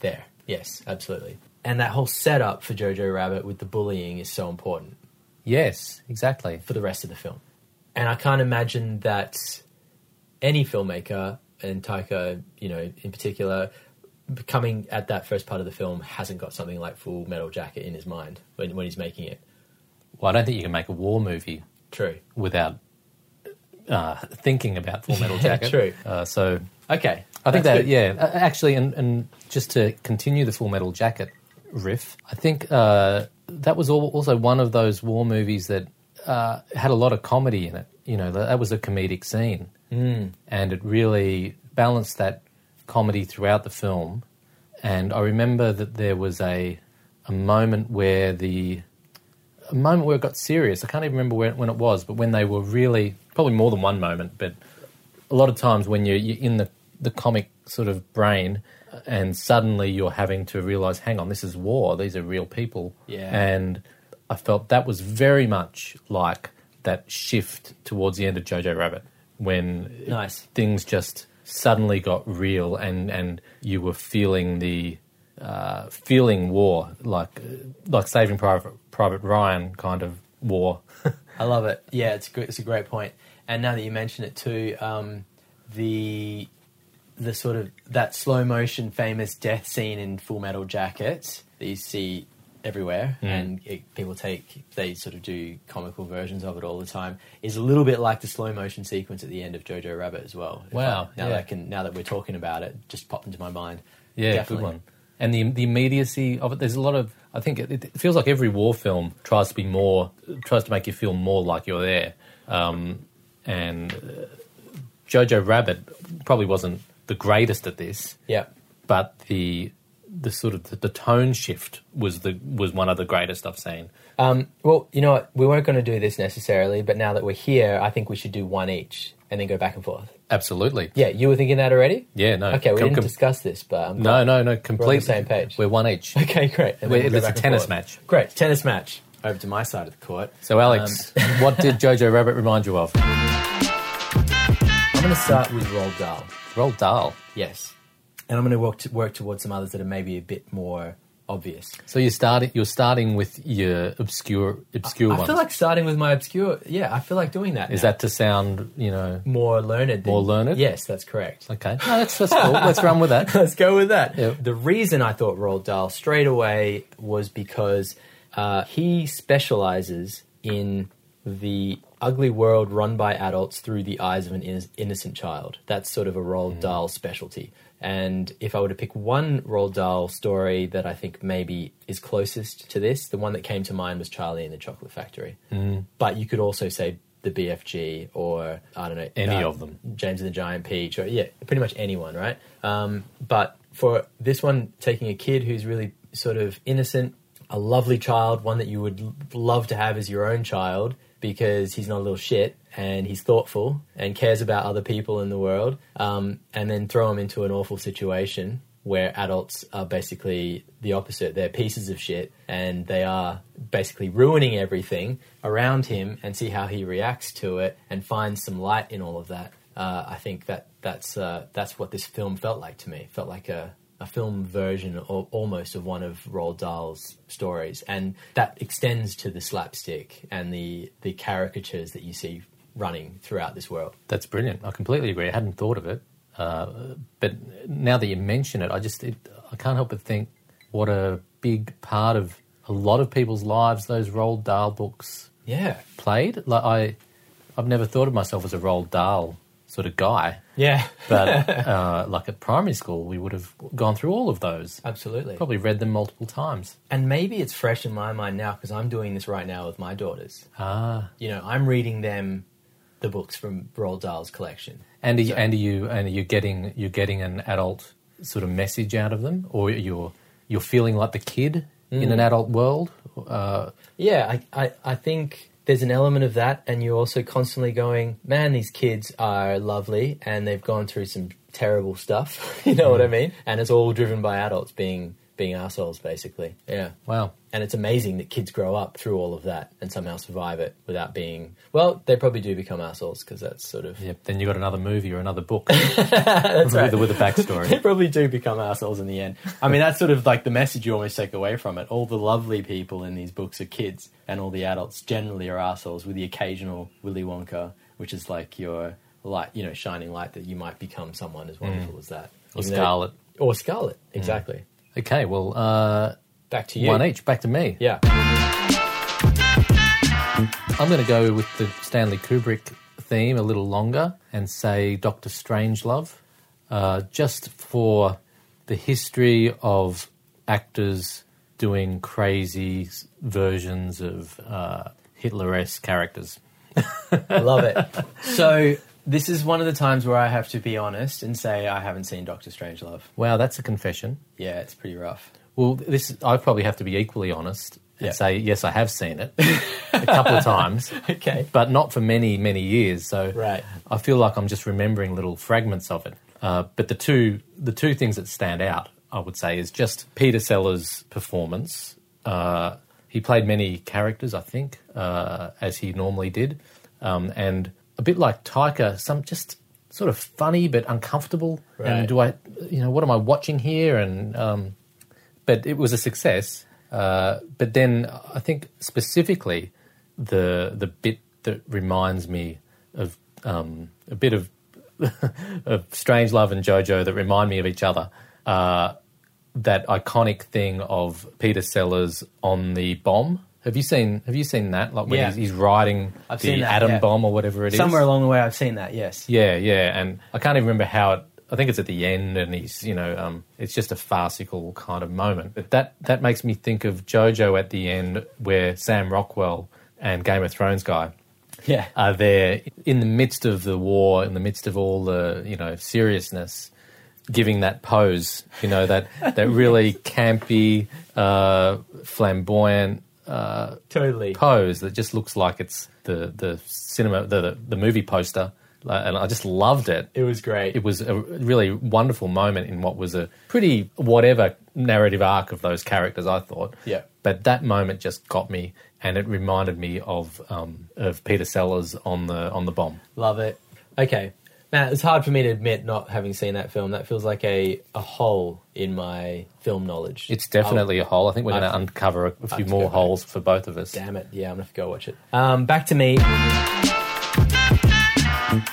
S3: there. Yes, absolutely. And that whole setup for Jojo Rabbit with the bullying is so important
S1: Yes, exactly.
S3: for the rest of the film. And I can't imagine that any filmmaker, and Taika, you know, in particular, coming at that first part of the film hasn't got something like Full Metal Jacket in his mind when, when he's making it.
S1: Well, I don't think you can make a war movie
S3: True.
S1: without uh, thinking about Full Metal
S3: Yeah,
S1: Jacket.
S3: true.
S1: Uh, so
S3: Okay.
S1: I think
S3: that's
S1: that
S3: good.
S1: yeah, A- actually, and, and just to continue the Full Metal Jacket riff, I think uh, that was al- also one of those war movies that uh, had a lot of comedy in it. You know, that that was a comedic scene,
S3: Hmm.
S1: mm. and it really balanced that comedy throughout the film. And I remember that there was a a moment where the a moment where it got serious. I can't even remember when, when it was, but when they were really probably more than one moment, but a lot of times when you're, you're in the, the comic sort of brain uh, and suddenly you're having to realize, hang on, this is war. These are real people.
S3: Yeah.
S1: And I felt that was very much like that shift towards the end of Jojo Rabbit when
S3: Nice.
S1: things just suddenly got real and, and you were feeling the uh, feeling war like like Saving Private Private Ryan kind of war.
S3: I love it. Yeah, it's good. It's a great point. And now that you mention it too, um, the the sort of that slow motion famous death scene in Full Metal Jacket that you see everywhere,
S1: Mm.
S3: and it, people take they sort of do comical versions of it all the time is a little bit like the slow motion sequence at the end of Jojo Rabbit as well. If
S1: Wow,
S3: I- now
S1: yeah.
S3: that I can now that we're talking about it, just popped into my mind.
S1: Yeah,
S3: Definitely.
S1: good one. And the the immediacy of it. There's a lot of. I think it, it feels like every war film tries to be more, tries to make you feel more like you're there. Um, and uh, Jojo Rabbit probably wasn't the greatest at this,
S3: Yeah.
S1: but the the sort of the, the tone shift was the was one of the greatest I've seen.
S3: Um, Well, you know what? We weren't going to do this necessarily, but now that we're here, I think we should do one each and then go back and forth.
S1: Absolutely.
S3: Yeah, you were thinking that already?
S1: Yeah, no.
S3: Okay, we
S1: Com-
S3: didn't
S1: com-
S3: discuss this, but I'm
S1: No, no, no. Completely
S3: same page.
S1: We're one each.
S3: Okay, great. And then
S1: Wait,
S3: we'll go
S1: it's a
S3: back and
S1: tennis
S3: forth.
S1: match.
S3: Great, tennis match. Over to my side of the court.
S1: So, Alex, what did Jojo Rabbit remind you of? I'm going
S3: going to Um, start with Roald Dahl.
S1: Roll Dahl.
S3: Yes. And I'm going to work, to work towards some others that are maybe a bit more obvious.
S1: So you're starting. You're starting with your obscure, obscure
S3: I
S1: ones.
S3: feel like starting with my obscure. Yeah, I feel like doing that.
S1: Is
S3: now.
S1: that to sound, you know?
S3: more learned? Than,
S1: More learned?
S3: Yes, that's correct.
S1: Okay, no, that's that's cool. Let's run with that.
S3: Let's go with that.
S1: Yeah.
S3: The reason I thought Roald Dahl straight away was because uh, he specializes in the ugly world run by adults through the eyes of an inno- innocent child. That's sort of a Roald
S1: Mm.
S3: Dahl specialty. And if I were to pick one Roald Dahl story that I think maybe is closest to this, the one that came to mind was Charlie and the Chocolate Factory.
S1: Mm-hmm.
S3: But you could also say the BFG or I don't know uh,
S1: Any of them.
S3: James and the Giant Peach, or yeah, pretty much anyone, right? Um, but for this one, taking a kid who's really sort of innocent, a lovely child, one that you would l- love to have as your own child because he's not a little shit and he's thoughtful and cares about other people in the world, um, and then throw him into an awful situation where adults are basically the opposite. They're pieces of shit and they are basically ruining everything around him and see how he reacts to it and finds some light in all of that. Uh, I think that that's uh, that's what this film felt like to me. It felt like a a film version or almost of one of Roald Dahl's stories, and that extends to the slapstick and the the caricatures that you see running throughout this world.
S1: That's brilliant. I completely agree. I hadn't thought of it, uh, but now that you mention it, I just it, I can't help but think what a big part of a lot of people's lives those Roald Dahl books
S3: Yeah,
S1: played. Like I, I've never thought of myself as a Roald Dahl sort of guy,
S3: yeah,
S1: but uh, like at primary school, we would have gone through all of those.
S3: absolutely.
S1: Probably read them multiple times.
S3: And maybe it's fresh in my mind now because I'm doing this right now with my daughters.
S1: Ah,
S3: You know, I'm reading them the books from Roald Dahl's collection.
S1: and are you, and are you and are you getting you're getting an adult sort of message out of them, or you're you're feeling like the kid in an adult world? Uh,
S3: Yeah, I, I, I think there's an element of that, and you're also constantly going, man, these kids are lovely, and they've gone through some terrible stuff. you know what I mean? And it's all driven by adults being being assholes, basically. Yeah.
S1: wow,
S3: And it's amazing that kids grow up through all of that and somehow survive it without being. Well, they probably do become assholes because that's sort of.
S1: yep. Then you got another movie or another book with, a- with a
S3: They
S1: backstory.
S3: probably do become assholes in the end. I mean, that's sort of like the message you almost take away from it. All the lovely people in these books are kids, and all the adults generally are assholes, with the occasional Willy Wonka, which is like your light, you know, shining light that you might become someone as wonderful as that.
S1: Mm. Or
S3: Even though-
S1: Scarlet.
S3: Or Scarlet, exactly.
S1: Okay, well, uh,
S3: Back to you.
S1: one each. Back to me.
S3: Yeah.
S1: I'm going to go with the Stanley Kubrick theme a little longer and say Doctor Strangelove, uh, just for the history of actors doing crazy s- versions of uh, Hitler-esque characters.
S3: I love it. So, this is one of the times where I have to be honest and say I haven't seen Doctor Strangelove.
S1: Wow, that's a confession.
S3: Yeah, it's pretty rough.
S1: Well, this I probably have to be equally honest and
S3: Yeah.
S1: say yes, I have seen it a couple of times,
S3: Okay.
S1: but not for many many years. So
S3: Right.
S1: I feel like I'm just remembering little fragments of it. Uh, but the two the two things that stand out, I would say, is just Peter Sellers' performance. Uh, he played many characters, I think, uh, as he normally did, um, and a bit like Tyker, some just sort of funny but uncomfortable.
S3: Right.
S1: And do I, you know, what am I watching here? And um, but it was a success. Uh, but then I think specifically the the bit that reminds me of um, a bit of of Strange Love and JoJo that remind me of each other. Uh, that iconic thing of Peter Sellers on the bomb. Have you seen? Have you seen that? Like when
S3: Yeah.
S1: he's, he's riding
S3: I've
S1: the
S3: seen that,
S1: atom
S3: yeah.
S1: bomb or whatever it is.
S3: Somewhere along the way, I've seen that, yes.
S1: Yeah, yeah, and I can't even remember how it. I think it's at the end, and he's you know, um, it's just a farcical kind of moment. But that that makes me think of JoJo at the end, where Sam Rockwell and Game of Thrones guy
S3: Yeah.
S1: are there in the midst of the war, in the midst of all the you know seriousness, giving that pose, you know that that really campy, uh, flamboyant uh,
S3: Totally.
S1: pose that just looks like it's the the cinema the the, the movie poster, Like, and I just loved it.
S3: It was great.
S1: It was a really wonderful moment in what was a pretty whatever narrative arc of those characters. I thought,
S3: Yeah.
S1: But that moment just got me, and it reminded me of um, of Peter Sellers on the on the bomb.
S3: Love it. Okay. Man, it's hard for me to admit not having seen that film. That feels like a, a hole in my film knowledge.
S1: It's definitely a hole. I think we're going to
S3: I've-
S1: uncover a- a few
S3: to
S1: more
S3: go back.
S1: holes for both of us.
S3: Damn it. Yeah, I'm gonna have to go watch it. Um, back to me.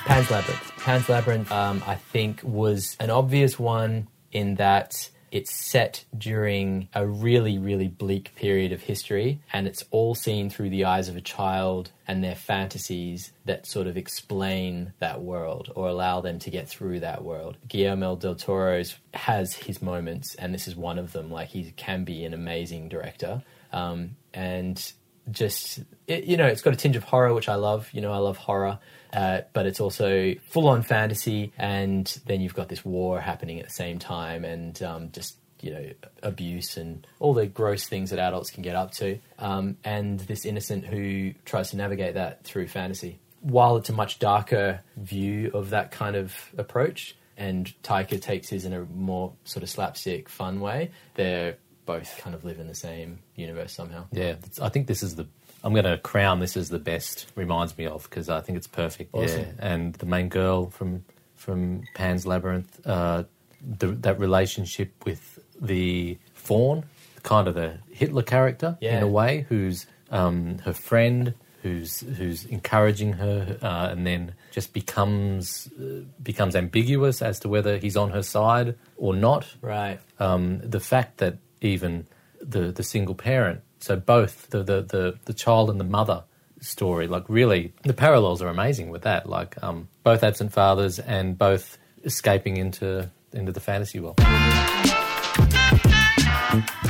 S3: Pan's Labyrinth. Pan's Labyrinth, um, I think, was an obvious one in that it's set during a really, really bleak period of history, and it's all seen through the eyes of a child and their fantasies that sort of explain that world or allow them to get through that world. Guillermo del Toro's has his moments, and this is one of them. Like, he can be an amazing director. Um, and just it, you know it's got a tinge of horror which i love you know i love horror uh, but it's also full on fantasy and then you've got this war happening at the same time and um, just you know abuse and all the gross things that adults can get up to um, and this innocent who tries to navigate that through fantasy while it's a much darker view of that kind of approach and taika takes his in a more sort of slapstick fun way they're both kind of live in the same universe somehow
S1: Yeah, it's- I think this is the. I'm going to crown this as the best. Reminds me of because I think it's perfect. Yeah,
S3: Awesome.
S1: and the main girl from from Pan's Labyrinth, uh, the, that relationship with the fawn, kind of the Hitler character in
S3: Yeah.
S1: a way, who's um, her friend, who's who's encouraging her, uh, and then just becomes uh, becomes ambiguous as to whether he's on her side or not
S3: Right.
S1: um, the fact that even the the single parent, so both the, the the the child and the mother story, like really the parallels are amazing with that. Like um, both absent fathers and both escaping into into the fantasy world.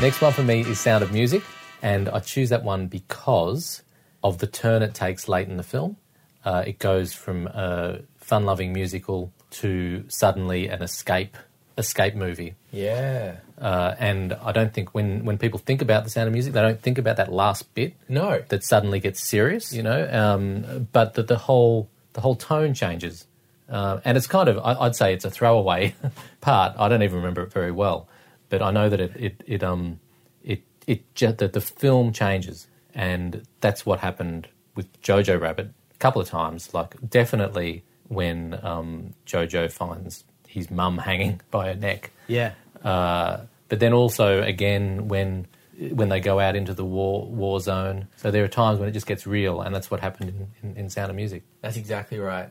S1: Next one for me is Sound of Music, and I choose that one because of the turn it takes late in the film. Uh, it goes from a fun-loving musical to suddenly an escape escape movie
S3: Yeah.
S1: uh, and I don't think when, when people think about the sound of music, they don't think about that last bit
S3: No.
S1: that suddenly gets serious, you know. Um, but that the whole the whole tone changes, uh, and it's kind of I, I'd say it's a throwaway part. I don't even remember it very well, but I know that it it, it um it it just, that the film changes, and that's what happened with Jojo Rabbit a couple of times. Like definitely when um, Jojo finds his mum hanging by her neck.
S3: yeah.
S1: Uh, but then also again when when they go out into the war war zone. So there are times when it just gets real, and that's what happened in, in, in Sound of Music.
S3: That's exactly right.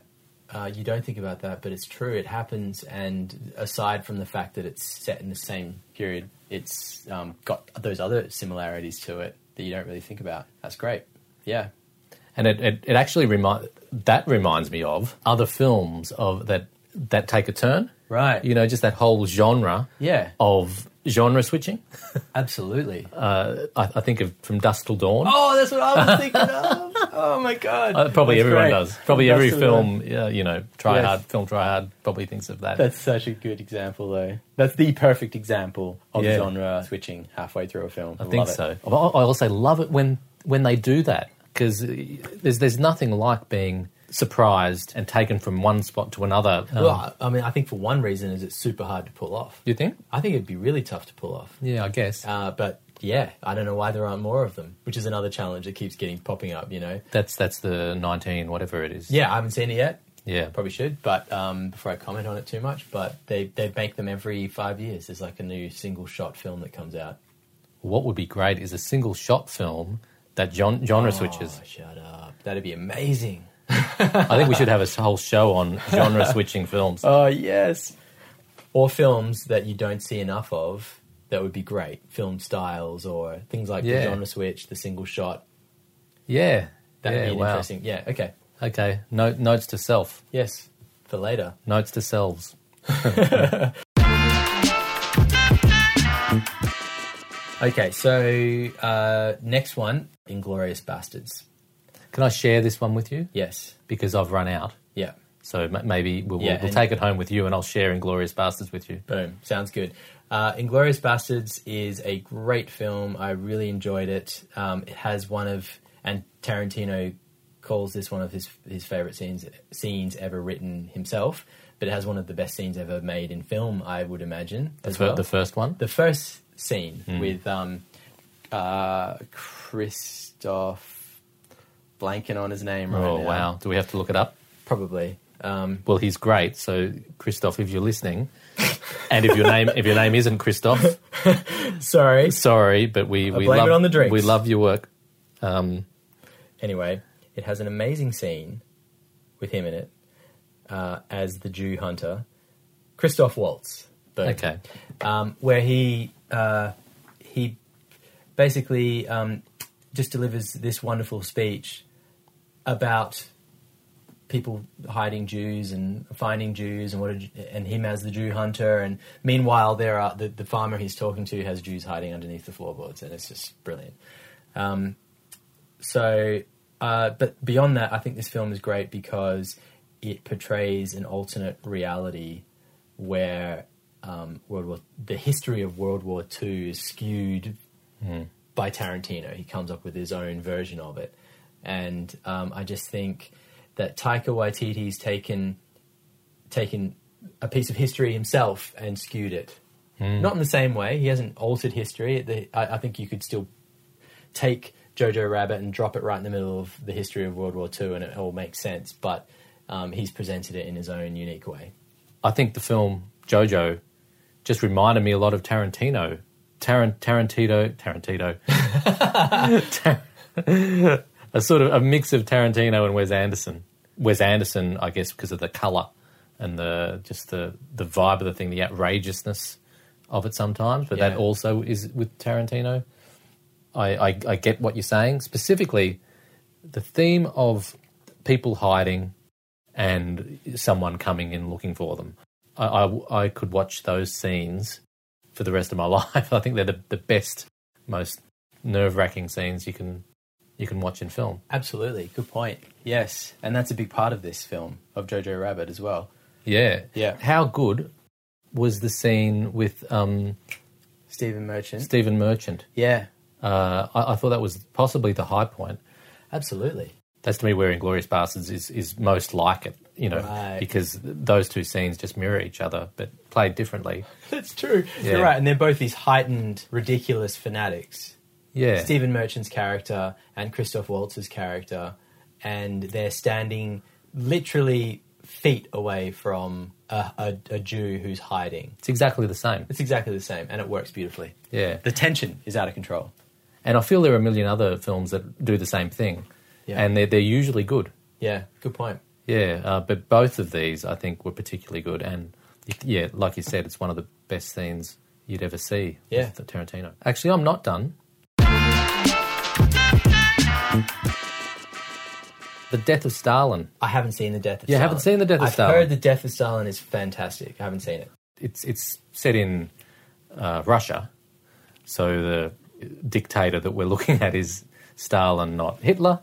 S3: Uh, you don't think about that, but it's true. It happens, and aside from the fact that it's set in the same period, it's um, got those other similarities to it that you don't really think about. That's great. Yeah.
S1: And it, it, it actually remind that reminds me of other films of that that take a turn.
S3: Right.
S1: You know, just that whole genre
S3: Yeah.
S1: of genre switching. Uh,
S3: Absolutely.
S1: Oh. I, I think of From Dusk Till Dawn.
S3: oh, that's what I was thinking of. Oh my god.
S1: Uh, Probably
S3: That's
S1: everyone
S3: great.
S1: does. Probably
S3: That's
S1: every
S3: the
S1: film, uh, you know, try
S3: Yes.
S1: hard, film try hard, probably thinks of that.
S3: That's such a good example, though. That's the perfect example of
S1: Yeah.
S3: genre switching halfway through a film.
S1: I think so. I I also love it when when they do that because there's there's nothing like being surprised and taken from one spot to another. Um,
S3: Well, I I mean, I think for one reason is it's super hard to pull off.
S1: you think?
S3: I think it'd be really tough to pull off.
S1: Yeah, I guess
S3: Uh, but yeah, I don't know why there aren't more of them, which is another challenge that keeps getting popping up. You know,
S1: that's that's the nineteen whatever it is.
S3: yeah, I haven't seen it yet.
S1: yeah,
S3: Probably should, but um, before I comment on it too much, but they they make them every five years. There's like a new single shot film that comes out.
S1: What would be great is a single shot film that gen- genre switches.
S3: Oh, shut up! That'd be amazing.
S1: I think we should have a whole show on genre switching films.
S3: Oh yes. Or films that you don't see enough of that would be great. Film styles or things like
S1: Yeah.
S3: the genre switch, the single shot.
S1: yeah,
S3: That'd
S1: yeah,
S3: be an
S1: wow.
S3: interesting. Yeah. Okay.
S1: Okay, note, notes to self.
S3: Yes. For later.
S1: Notes to selves.
S3: Okay, so uh, next one, Inglorious Bastards.
S1: Can I share this one with you?
S3: Yes,
S1: Because I've run out.
S3: yeah,
S1: So m- maybe we'll,
S3: Yeah,
S1: we'll, we'll
S3: and-
S1: take it home with you, and I'll share Inglorious Bastards with you.
S3: boom, sounds good. Uh, Inglorious Bastards is a great film. I really enjoyed it. Um, it has one of, and Tarantino calls this one of his his favorite scenes scenes ever written himself. But it has one of the best scenes ever made in film, I would imagine. as
S1: That's fir-
S3: well.
S1: the first one.
S3: the first scene
S1: Hmm.
S3: with um, uh, Christoph blanking on his name right
S1: oh
S3: now.
S1: wow! Oh, Do we have to look it up?
S3: Probably.
S1: well, he's great. So, Christoph, if you're listening, and if your name if your name isn't Christoph,
S2: Sorry.
S1: sorry, but we we
S2: blame
S1: love
S2: it on the drinks.
S1: We love your work.
S2: Anyway, it has an amazing scene with him in it uh, as the Jew hunter, Christoph Waltz. Boom.
S1: Okay,
S2: um, where he uh, he basically um, just delivers this wonderful speech about people hiding Jews and finding Jews and what a, and him as the Jew hunter and meanwhile there are the, the farmer he's talking to has Jews hiding underneath the floorboards and it's just brilliant. Um, so, uh, but beyond that, I think this film is great because it portrays an alternate reality where um, World War the history of World War Two is skewed by Tarantino. He comes up with his own version of it, and um, I just think that Taika Waititi's taken taken a piece of history himself and skewed it. Not in the same way. He hasn't altered history. The, I, I think you could still take Jojo Rabbit and drop it right in the middle of the history of World War II, and it all makes sense. But um, he's presented it in his own unique way.
S1: I think the film Jojo just reminded me a lot of Tarantino. Taran- Tarantino, Tarantino, Tar- a sort of a mix of Tarantino and Wes Anderson. Wes Anderson, I guess, because of the color and the just the the vibe of the thing, the outrageousness of it sometimes. But
S2: Yeah.
S1: that also is with Tarantino. I, I I get what you're saying. Specifically, the theme of people hiding and someone coming in looking for them. I, I, I could watch those scenes for the rest of my life. I think they're the, the best, most nerve wracking scenes you can you can watch in film.
S3: Absolutely, good point. Yes, and that's a big part of this film of Jojo Rabbit as well.
S1: Yeah,
S3: Yeah.
S1: How good was the scene with um,
S3: Stephen Merchant.
S1: Stephen Merchant?
S3: yeah,
S1: Uh, I, I thought that was possibly the high point.
S3: absolutely.
S1: That's to me where Inglorious Bastards is, is most like it, you know,
S2: Right.
S1: because those two scenes just mirror each other but played differently.
S2: That's true.
S1: Yeah.
S3: You're right, and they're both these heightened, ridiculous fanatics.
S1: Yeah,
S3: Stephen Merchant's character and Christoph Waltz's character, and they're standing literally feet away from a, a, a Jew who's hiding.
S1: it's exactly the same.
S3: It's exactly the same, and it works beautifully.
S1: Yeah.
S3: The tension is out of control.
S1: And I feel there are a million other films that do the same thing,
S3: Yeah.
S1: and they're, they're usually good.
S3: Yeah, good point.
S1: Yeah, uh, but both of these I think were particularly good, and it- yeah, like you said, it's one of the best scenes you'd ever see.
S3: Yeah.
S1: with Tarantino. Actually, I'm not done. The death of Stalin.
S3: I haven't seen the Death of
S1: You
S3: Stalin.
S1: haven't seen The Death of
S3: I've
S1: Stalin?
S3: heard the Death of Stalin is fantastic. I haven't seen it.
S1: It's it's set in uh, Russia, so the dictator that we're looking at is Stalin, not Hitler.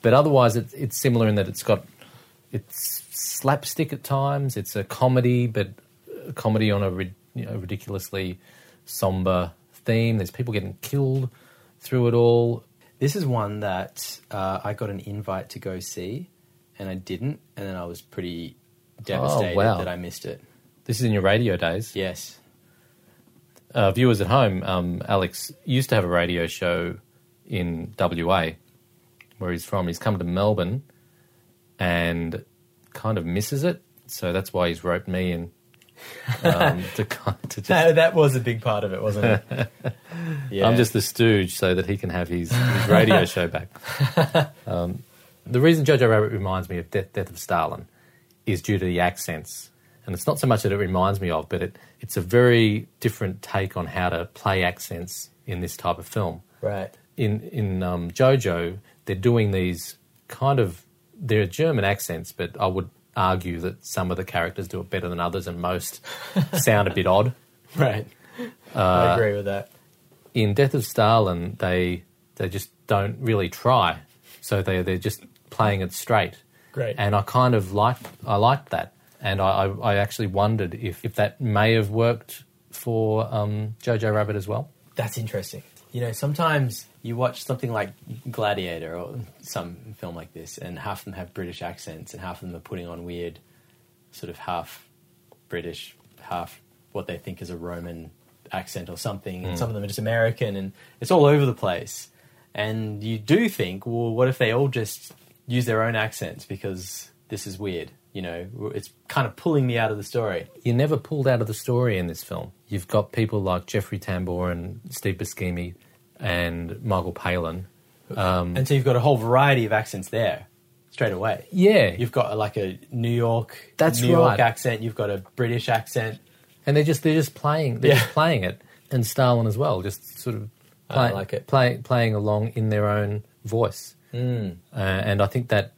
S1: But otherwise, it's it's similar in that it's got it's slapstick at times. It's a comedy, but a comedy on a rid- you know, ridiculously somber theme. There's people getting killed through it all.
S3: This is one that uh, I got an invite to go see, and I didn't, and then I was pretty devastated
S1: wow.
S3: that I missed it.
S1: This is in your radio days.
S3: Yes.
S1: uh, viewers at home, um, Alex used to have a radio show in WA, where he's from. He's come to Melbourne and kind of misses it, so that's why he's roped me in um, to, kind- to just.
S2: That, that was a big part of it, wasn't it? yeah.
S1: I'm just the stooge so that he can have his, his radio show back. Um, the reason Jojo Rabbit reminds me of Death, Death of Stalin is due to the accents. And it's not so much that it reminds me of, but it, it's a very different take on how to play accents in this type of film
S2: right.
S1: in in um, JoJo, they're doing these kind of they're German accents, but I would argue that some of the characters do it better than others, and most sound a bit odd.
S2: Right.
S3: Uh,
S2: I agree with that.
S1: In Death of Stalin, they they just don't really try, so they they're just playing it straight.
S2: Great.
S1: And I kind of liked I liked that, and I I, I actually wondered if if that may have worked for um, Jojo Rabbit as well.
S3: That's interesting. You know, sometimes you watch something like Gladiator or some film like this, and half of them have British accents, and half of them are putting on weird, sort of half British, half what they think is a Roman accent or something, and some of them are just American, and it's all over the place. And you do think, well, what if they all just use their own accents because this is weird? you know, it's kind of pulling me out of the story.
S1: You're never pulled out of the story in this film. You've got people like Jeffrey Tambor and Steve Buscemi and Michael Palin.
S3: And so you've got a whole variety of accents there straight away.
S1: Yeah,
S3: You've got like a New York
S1: That's
S3: New York
S1: right.
S3: accent, you've got a British accent.
S1: and they're just they're just playing they're
S3: Yeah.
S1: just playing it, and Starlin as well, just sort of
S3: I
S1: play-
S3: like it.
S1: play, playing along in their own voice,
S3: Mm.
S1: uh, and I think that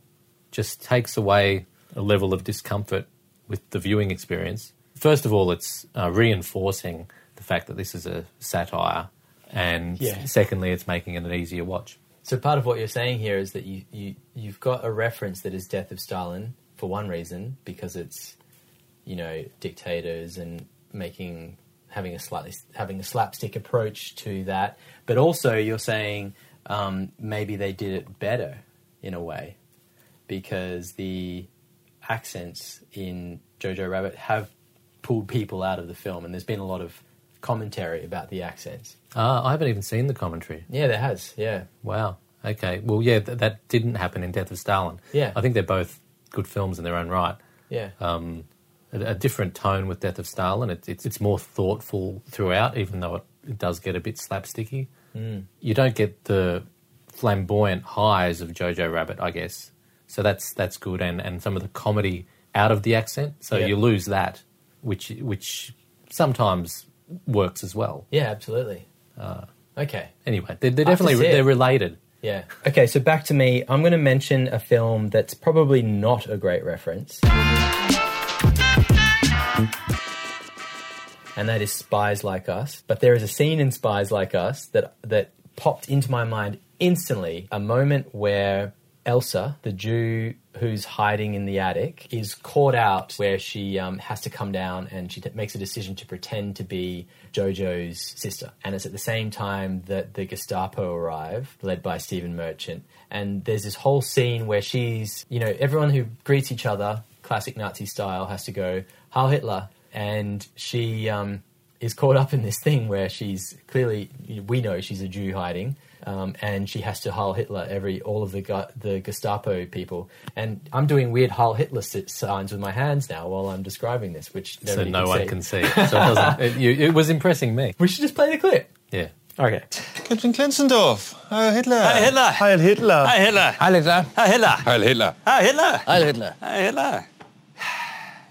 S1: just takes away a level of discomfort with the viewing experience. First of all, it's uh, reinforcing the fact that this is a satire, and
S3: Yeah.
S1: secondly, it's making it an easier watch.
S3: So part of what you're saying here is that you, you you've got a reference that is Death of Stalin for one reason because it's you know dictators and making having a slightly having a slapstick approach to that, but also you're saying um, maybe they did it better in a way because the accents in Jojo Rabbit have pulled people out of the film, and there's been a lot of commentary about the accents.
S1: Uh, I haven't even seen the commentary.
S3: Yeah, there has. Yeah.
S1: Wow. Okay. Well, yeah, th- that didn't happen in Death of Stalin.
S3: Yeah.
S1: I think they're both good films in their own right.
S3: Yeah.
S1: a, a different tone with Death of Stalin. It, it's it's more thoughtful throughout, even though it, it does get a bit slapsticky. Mm. You don't get the flamboyant highs of Jojo Rabbit, I guess. So that's that's good, and, and some of the comedy out of the accent. So
S3: Yeah.
S1: you lose that, which which sometimes works as well.
S3: Yeah, absolutely. Uh. okay.
S1: Anyway, they're, they're
S3: I have to
S1: definitely
S3: see it.
S1: they're related.
S3: Yeah. Okay, so back to me. I'm going to mention a film that's probably not a great reference. And that is Spies Like Us. But there is a scene in Spies Like Us that that popped into my mind instantly, a moment where Elsa, the Jew who's hiding in the attic, is caught out where she um, has to come down and she t- makes a decision to pretend to be Jojo's sister. And it's at the same time that the Gestapo arrive, led by Stephen Merchant. And there's this whole scene where she's, you know, everyone who greets each other, classic Nazi style, has to go, Heil Hitler. And she um, is caught up in this thing where she's clearly we know she's a Jew hiding, um, and she has to Heil Hitler every all of the gu- the Gestapo people. And I'm doing weird Heil Hitler si- signs with my hands now while I'm describing this, which
S1: So
S3: nobody
S1: no
S3: can
S1: one
S3: see.
S1: can see. So it doesn't. it, you, it was impressing me.
S3: We should just play the clip.
S1: Yeah.
S3: Okay.
S7: Captain Klensendorf. Heil Hitler. Heil
S8: Hitler.
S7: Heil Hitler.
S8: Hi Hitler.
S7: Heil Hitler.
S8: Hi Hitler.
S9: Heil Hitler.
S8: Hi Hitler.
S9: Heil Hitler.
S8: Hi Hitler.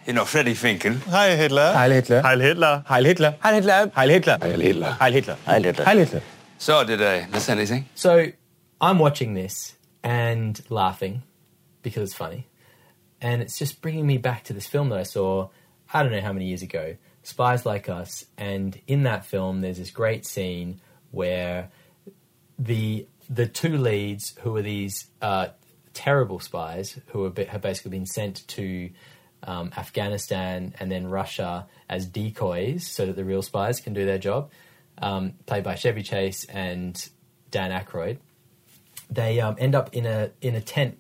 S8: You know Freddy Finkel.
S7: Heil Hitler.
S9: Heil Hitler.
S7: Heil Hitler. Heil Hitler. Heil Hitler. Heil Hitler.
S9: Heil Hitler.
S7: Heil Hitler.
S8: Heil Hitler.
S7: Heil Hitler.
S8: So did I miss anything?
S3: So I'm watching this and laughing because it's funny. And it's just bringing me back to this film that I saw, I don't know how many years ago, Spies Like Us. And in that film, there's this great scene where the the two leads, who are these uh, terrible spies, who are, ba- have basically been sent to um, Afghanistan and then Russia as decoys, so that the real spies can do their job, um, played by Chevy Chase and Dan Aykroyd, they um, end up in a in a tent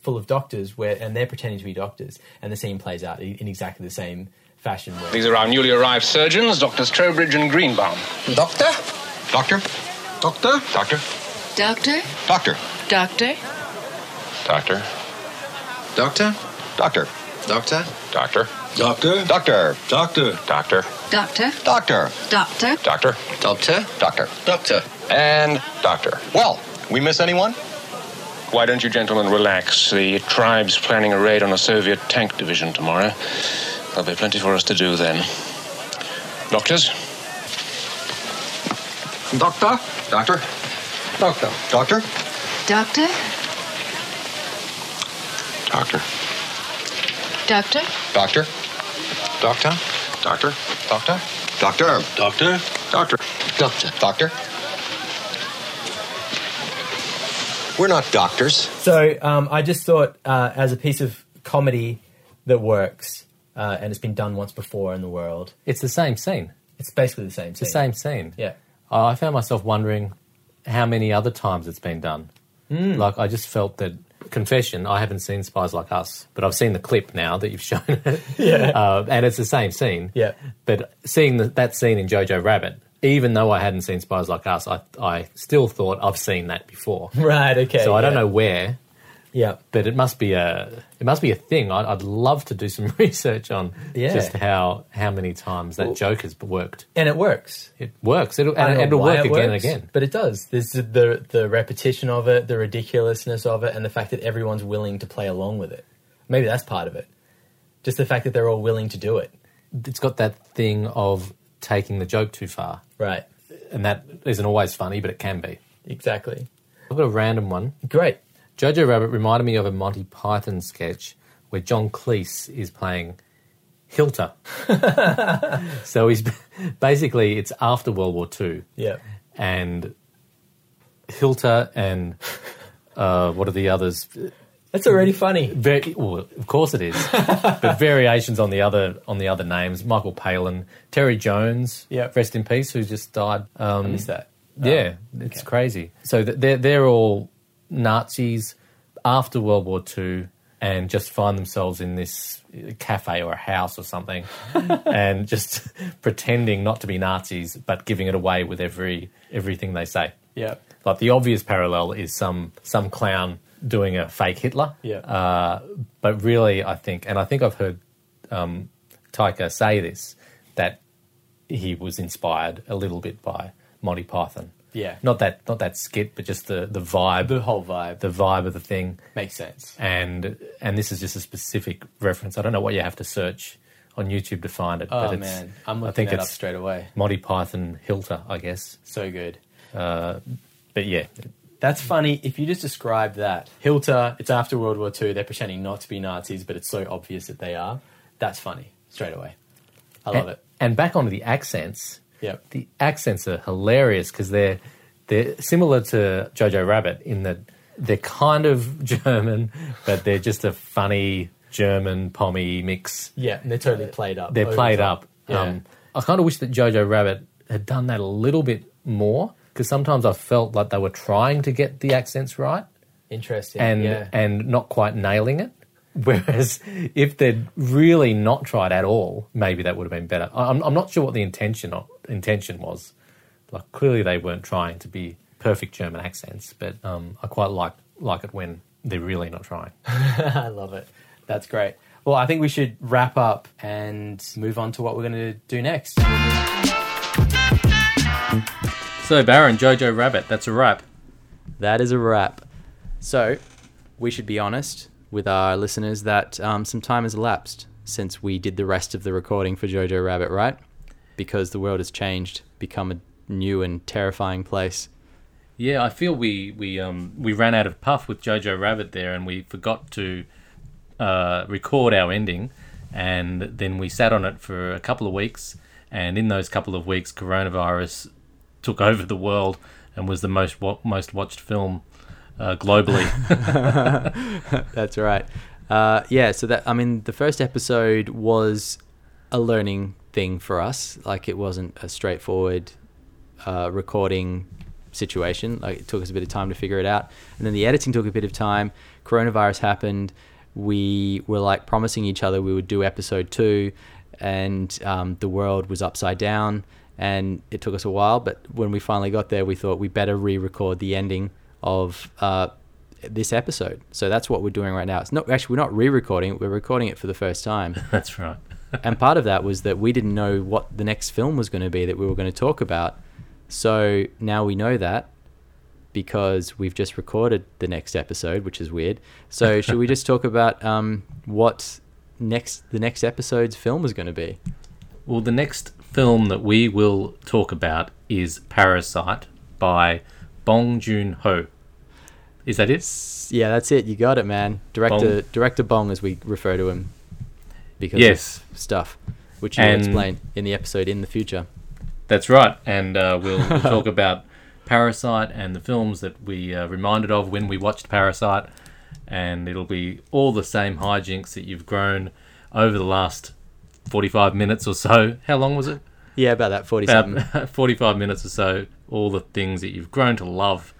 S3: full of doctors where and they're pretending to be doctors and the scene plays out in in exactly the same fashion where
S10: These are our newly arrived surgeons, Doctors Trowbridge and Greenbaum.
S9: Doctor. Doctor. Doctor. Doctor.
S11: Doctor?
S9: Doctor.
S11: Doctor?
S9: Doctor. Doctor. Doctor. Doctor. Doctor. Doctor. Doctor. Doctor. Doctor.
S11: Doctor?
S9: Doctor.
S11: Doctor?
S9: Doctor. Doctor. Doctor. Doctor.
S10: And
S9: Doctor. Well, we miss anyone?
S10: why don't you gentlemen relax? The tribe's planning a raid on a Soviet tank division tomorrow. There'll be plenty for us to do then. Doctors?
S9: Doctor. Doctor. Doctor. Doctor.
S11: Doctor?
S9: Doctor.
S11: Doctor?
S9: Doctor. Doctor. Doctor. Doctor. Doctor. Doctor. Doctor. Doctor. Doctor. We're not doctors.
S3: So um, I just thought, uh, as a piece of comedy that works, uh, and it's been done once before in the world,
S1: It's the same scene.
S3: it's basically the same
S1: The
S3: scene.
S1: same scene.
S3: Yeah.
S1: Uh, I I found myself wondering how many other times it's been done.
S2: Hmm.
S1: Like, I just felt that confession. I haven't seen Spies Like Us, but I've seen the clip now that you've shown it.
S3: Yeah.
S1: Uh, and it's the same scene.
S3: Yeah.
S1: But seeing the, that scene in Jojo Rabbit, even though I hadn't seen Spies Like Us, I, I still thought I've seen that before.
S3: Right, okay.
S1: So I don't
S3: yeah.
S1: know where,
S2: Yeah.
S1: But it must be a it must be a thing. I'd, I'd love to do some research on
S2: Yeah.
S1: just how how many times that
S2: Well-
S1: joke has worked.
S2: and it works.
S1: It works. It'll
S2: I don't
S1: and
S2: know
S1: it'll
S2: why
S1: work
S2: it
S1: again and
S2: works,
S1: again.
S2: But it does. There's the, the the repetition of it, the ridiculousness of it, and the fact that everyone's willing to play along with it. Maybe that's part of it. Just the fact that they're all willing to do it.
S1: It's got that thing of taking the joke too far,
S2: Right.
S1: and that isn't always funny, but it can be.
S2: Exactly.
S1: I've got a random one.
S2: Great.
S1: Jojo Rabbit reminded me of a Monty Python sketch where John Cleese is playing Hilter. so he's basically it's after World War Two.
S2: Yeah.
S1: and Hilter and uh, what are the others?
S2: That's already funny.
S1: Very, well, of course it is, but variations on the other on the other names. Michael Palin, Terry Jones,
S2: Yep.
S1: rest in peace, who just died. Um,
S2: Is that?
S1: yeah, it's crazy. So th- they're they're all Nazis after World War II and just find themselves in this uh, cafe or a house or something and just pretending not to be Nazis but giving it away with every everything they say.
S2: Yeah.
S1: Like the obvious parallel is some some clown doing a fake Hitler.
S2: Yeah.
S1: Uh, but really, I think, and I think I've heard um, Taika say this that he was inspired a little bit by Monty Python.
S2: Yeah.
S1: Not that not that skit, but just the the vibe,
S2: The whole vibe
S1: the vibe of the thing.
S2: makes sense.
S1: And and this is just a specific reference. I don't know what you have to search on YouTube to find it.
S2: Oh
S1: but it's,
S2: man, I'm looking
S1: I think
S2: that up
S1: it's
S2: straight away.
S1: Monty Python Hilter, I guess.
S2: So good.
S1: But yeah,
S2: That's funny. If you just describe that, Hilter, it's after World War II. They're pretending not to be Nazis, but it's so obvious that they are. That's funny straight away. I love
S1: and,
S2: it.
S1: And back onto the accents.
S2: Yep.
S1: The accents are hilarious because they're they're similar to Jojo Rabbit in that they're kind of German, but they're just a funny German pommy mix.
S2: Yeah, and Uh, they're totally played up.
S1: They're
S2: over
S1: played
S2: the
S1: up.
S2: top. Yeah.
S1: Um, I kind of wish that Jojo Rabbit had done that a little bit more because sometimes I felt like they were trying to get the accents right
S2: Interesting.
S1: and
S2: yeah.
S1: and not quite nailing it. Whereas if they'd really not tried at all, maybe that would have been better. I- I'm, I'm not sure what the intention of, intention was. Like clearly they weren't trying to be perfect German accents, but um, I quite like like it when they're really not trying.
S2: I love it. That's great. Well, I think we should wrap up and move on to what we're going to do next.
S1: So Baron Jojo Rabbit, that's a wrap.
S3: That is a wrap. So, we should be honest with our listeners that um, some time has elapsed since we did the rest of the recording for Jojo Rabbit, right? Because the world has changed, become a new and terrifying place.
S1: Yeah, I feel we we um, we ran out of puff with Jojo Rabbit there, and we forgot to uh, record our ending, and then we sat on it for a couple of weeks, and in those couple of weeks, coronavirus took over the world and was the most wa- most watched film uh, globally.
S3: That's right. Uh, yeah, so that I mean, the first episode was a learning thing for us. Like, it wasn't a straightforward uh, recording situation. Like, it took us a bit of time to figure it out, and then the editing took a bit of time. Coronavirus happened. We were like promising each other we would do episode two, and um, the world was upside down. And it took us a while, but when we finally got there, we thought we better re-record the ending of uh, this episode. So that's what we're doing right now. It's not actually we're not re-recording. it, We're recording it for the first time.
S1: That's right.
S3: and part of that was that we didn't know what the next film was going to be that we were going to talk about. So now we know that because we've just recorded the next episode, which is weird. So should we just talk about um, what next the next episode's film is going to be?
S1: Well, the next film that we will talk about is Parasite by Bong Joon Ho. Is that it?
S3: Yeah, that's it. You got it, man. Director
S1: Bong.
S3: Director Bong, as we refer to him, because
S1: Yes.
S3: of stuff which you will
S1: And-
S3: explain in the episode in the future.
S1: That's right, and uh, we'll, we'll talk about Parasite and the films that we uh, reminded of when we watched Parasite, and it'll be all the same hijinks that you've grown over the last forty-five minutes or so. How long was it?
S3: Yeah, about that forty something.
S1: About forty-five minutes or so. All the things that you've grown to love,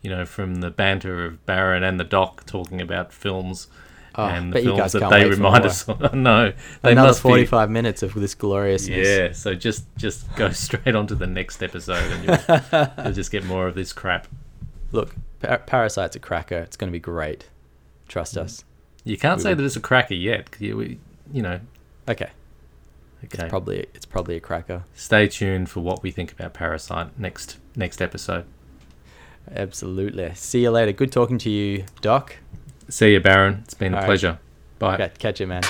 S1: you know, from the banter of Baron and the Doc talking about films. and the
S3: bet Oh, you
S1: films
S3: guys
S1: that
S3: can't
S1: they
S3: wait for
S1: remind
S3: more.
S1: us of. no, they
S3: Another
S1: must be
S3: forty-five minutes of this gloriousness.
S1: yeah, so just just go straight on to the next episode, and you'll, you'll just get more of this crap.
S3: Look, par- Parasite's a cracker. It's going to be great. Trust
S1: Mm.
S3: us.
S1: You can't
S3: We
S1: say
S3: would-
S1: that it's a cracker yet. 'cause You, we- you know.
S3: Okay.
S1: Okay.
S3: It's probably it's probably a cracker.
S1: Stay tuned for what we think about Parasite next next episode.
S3: Absolutely. See you later. Good talking to you, Doc.
S1: See you, Baron. It's been a
S3: All right.
S1: pleasure. Bye.
S3: Catch you, man.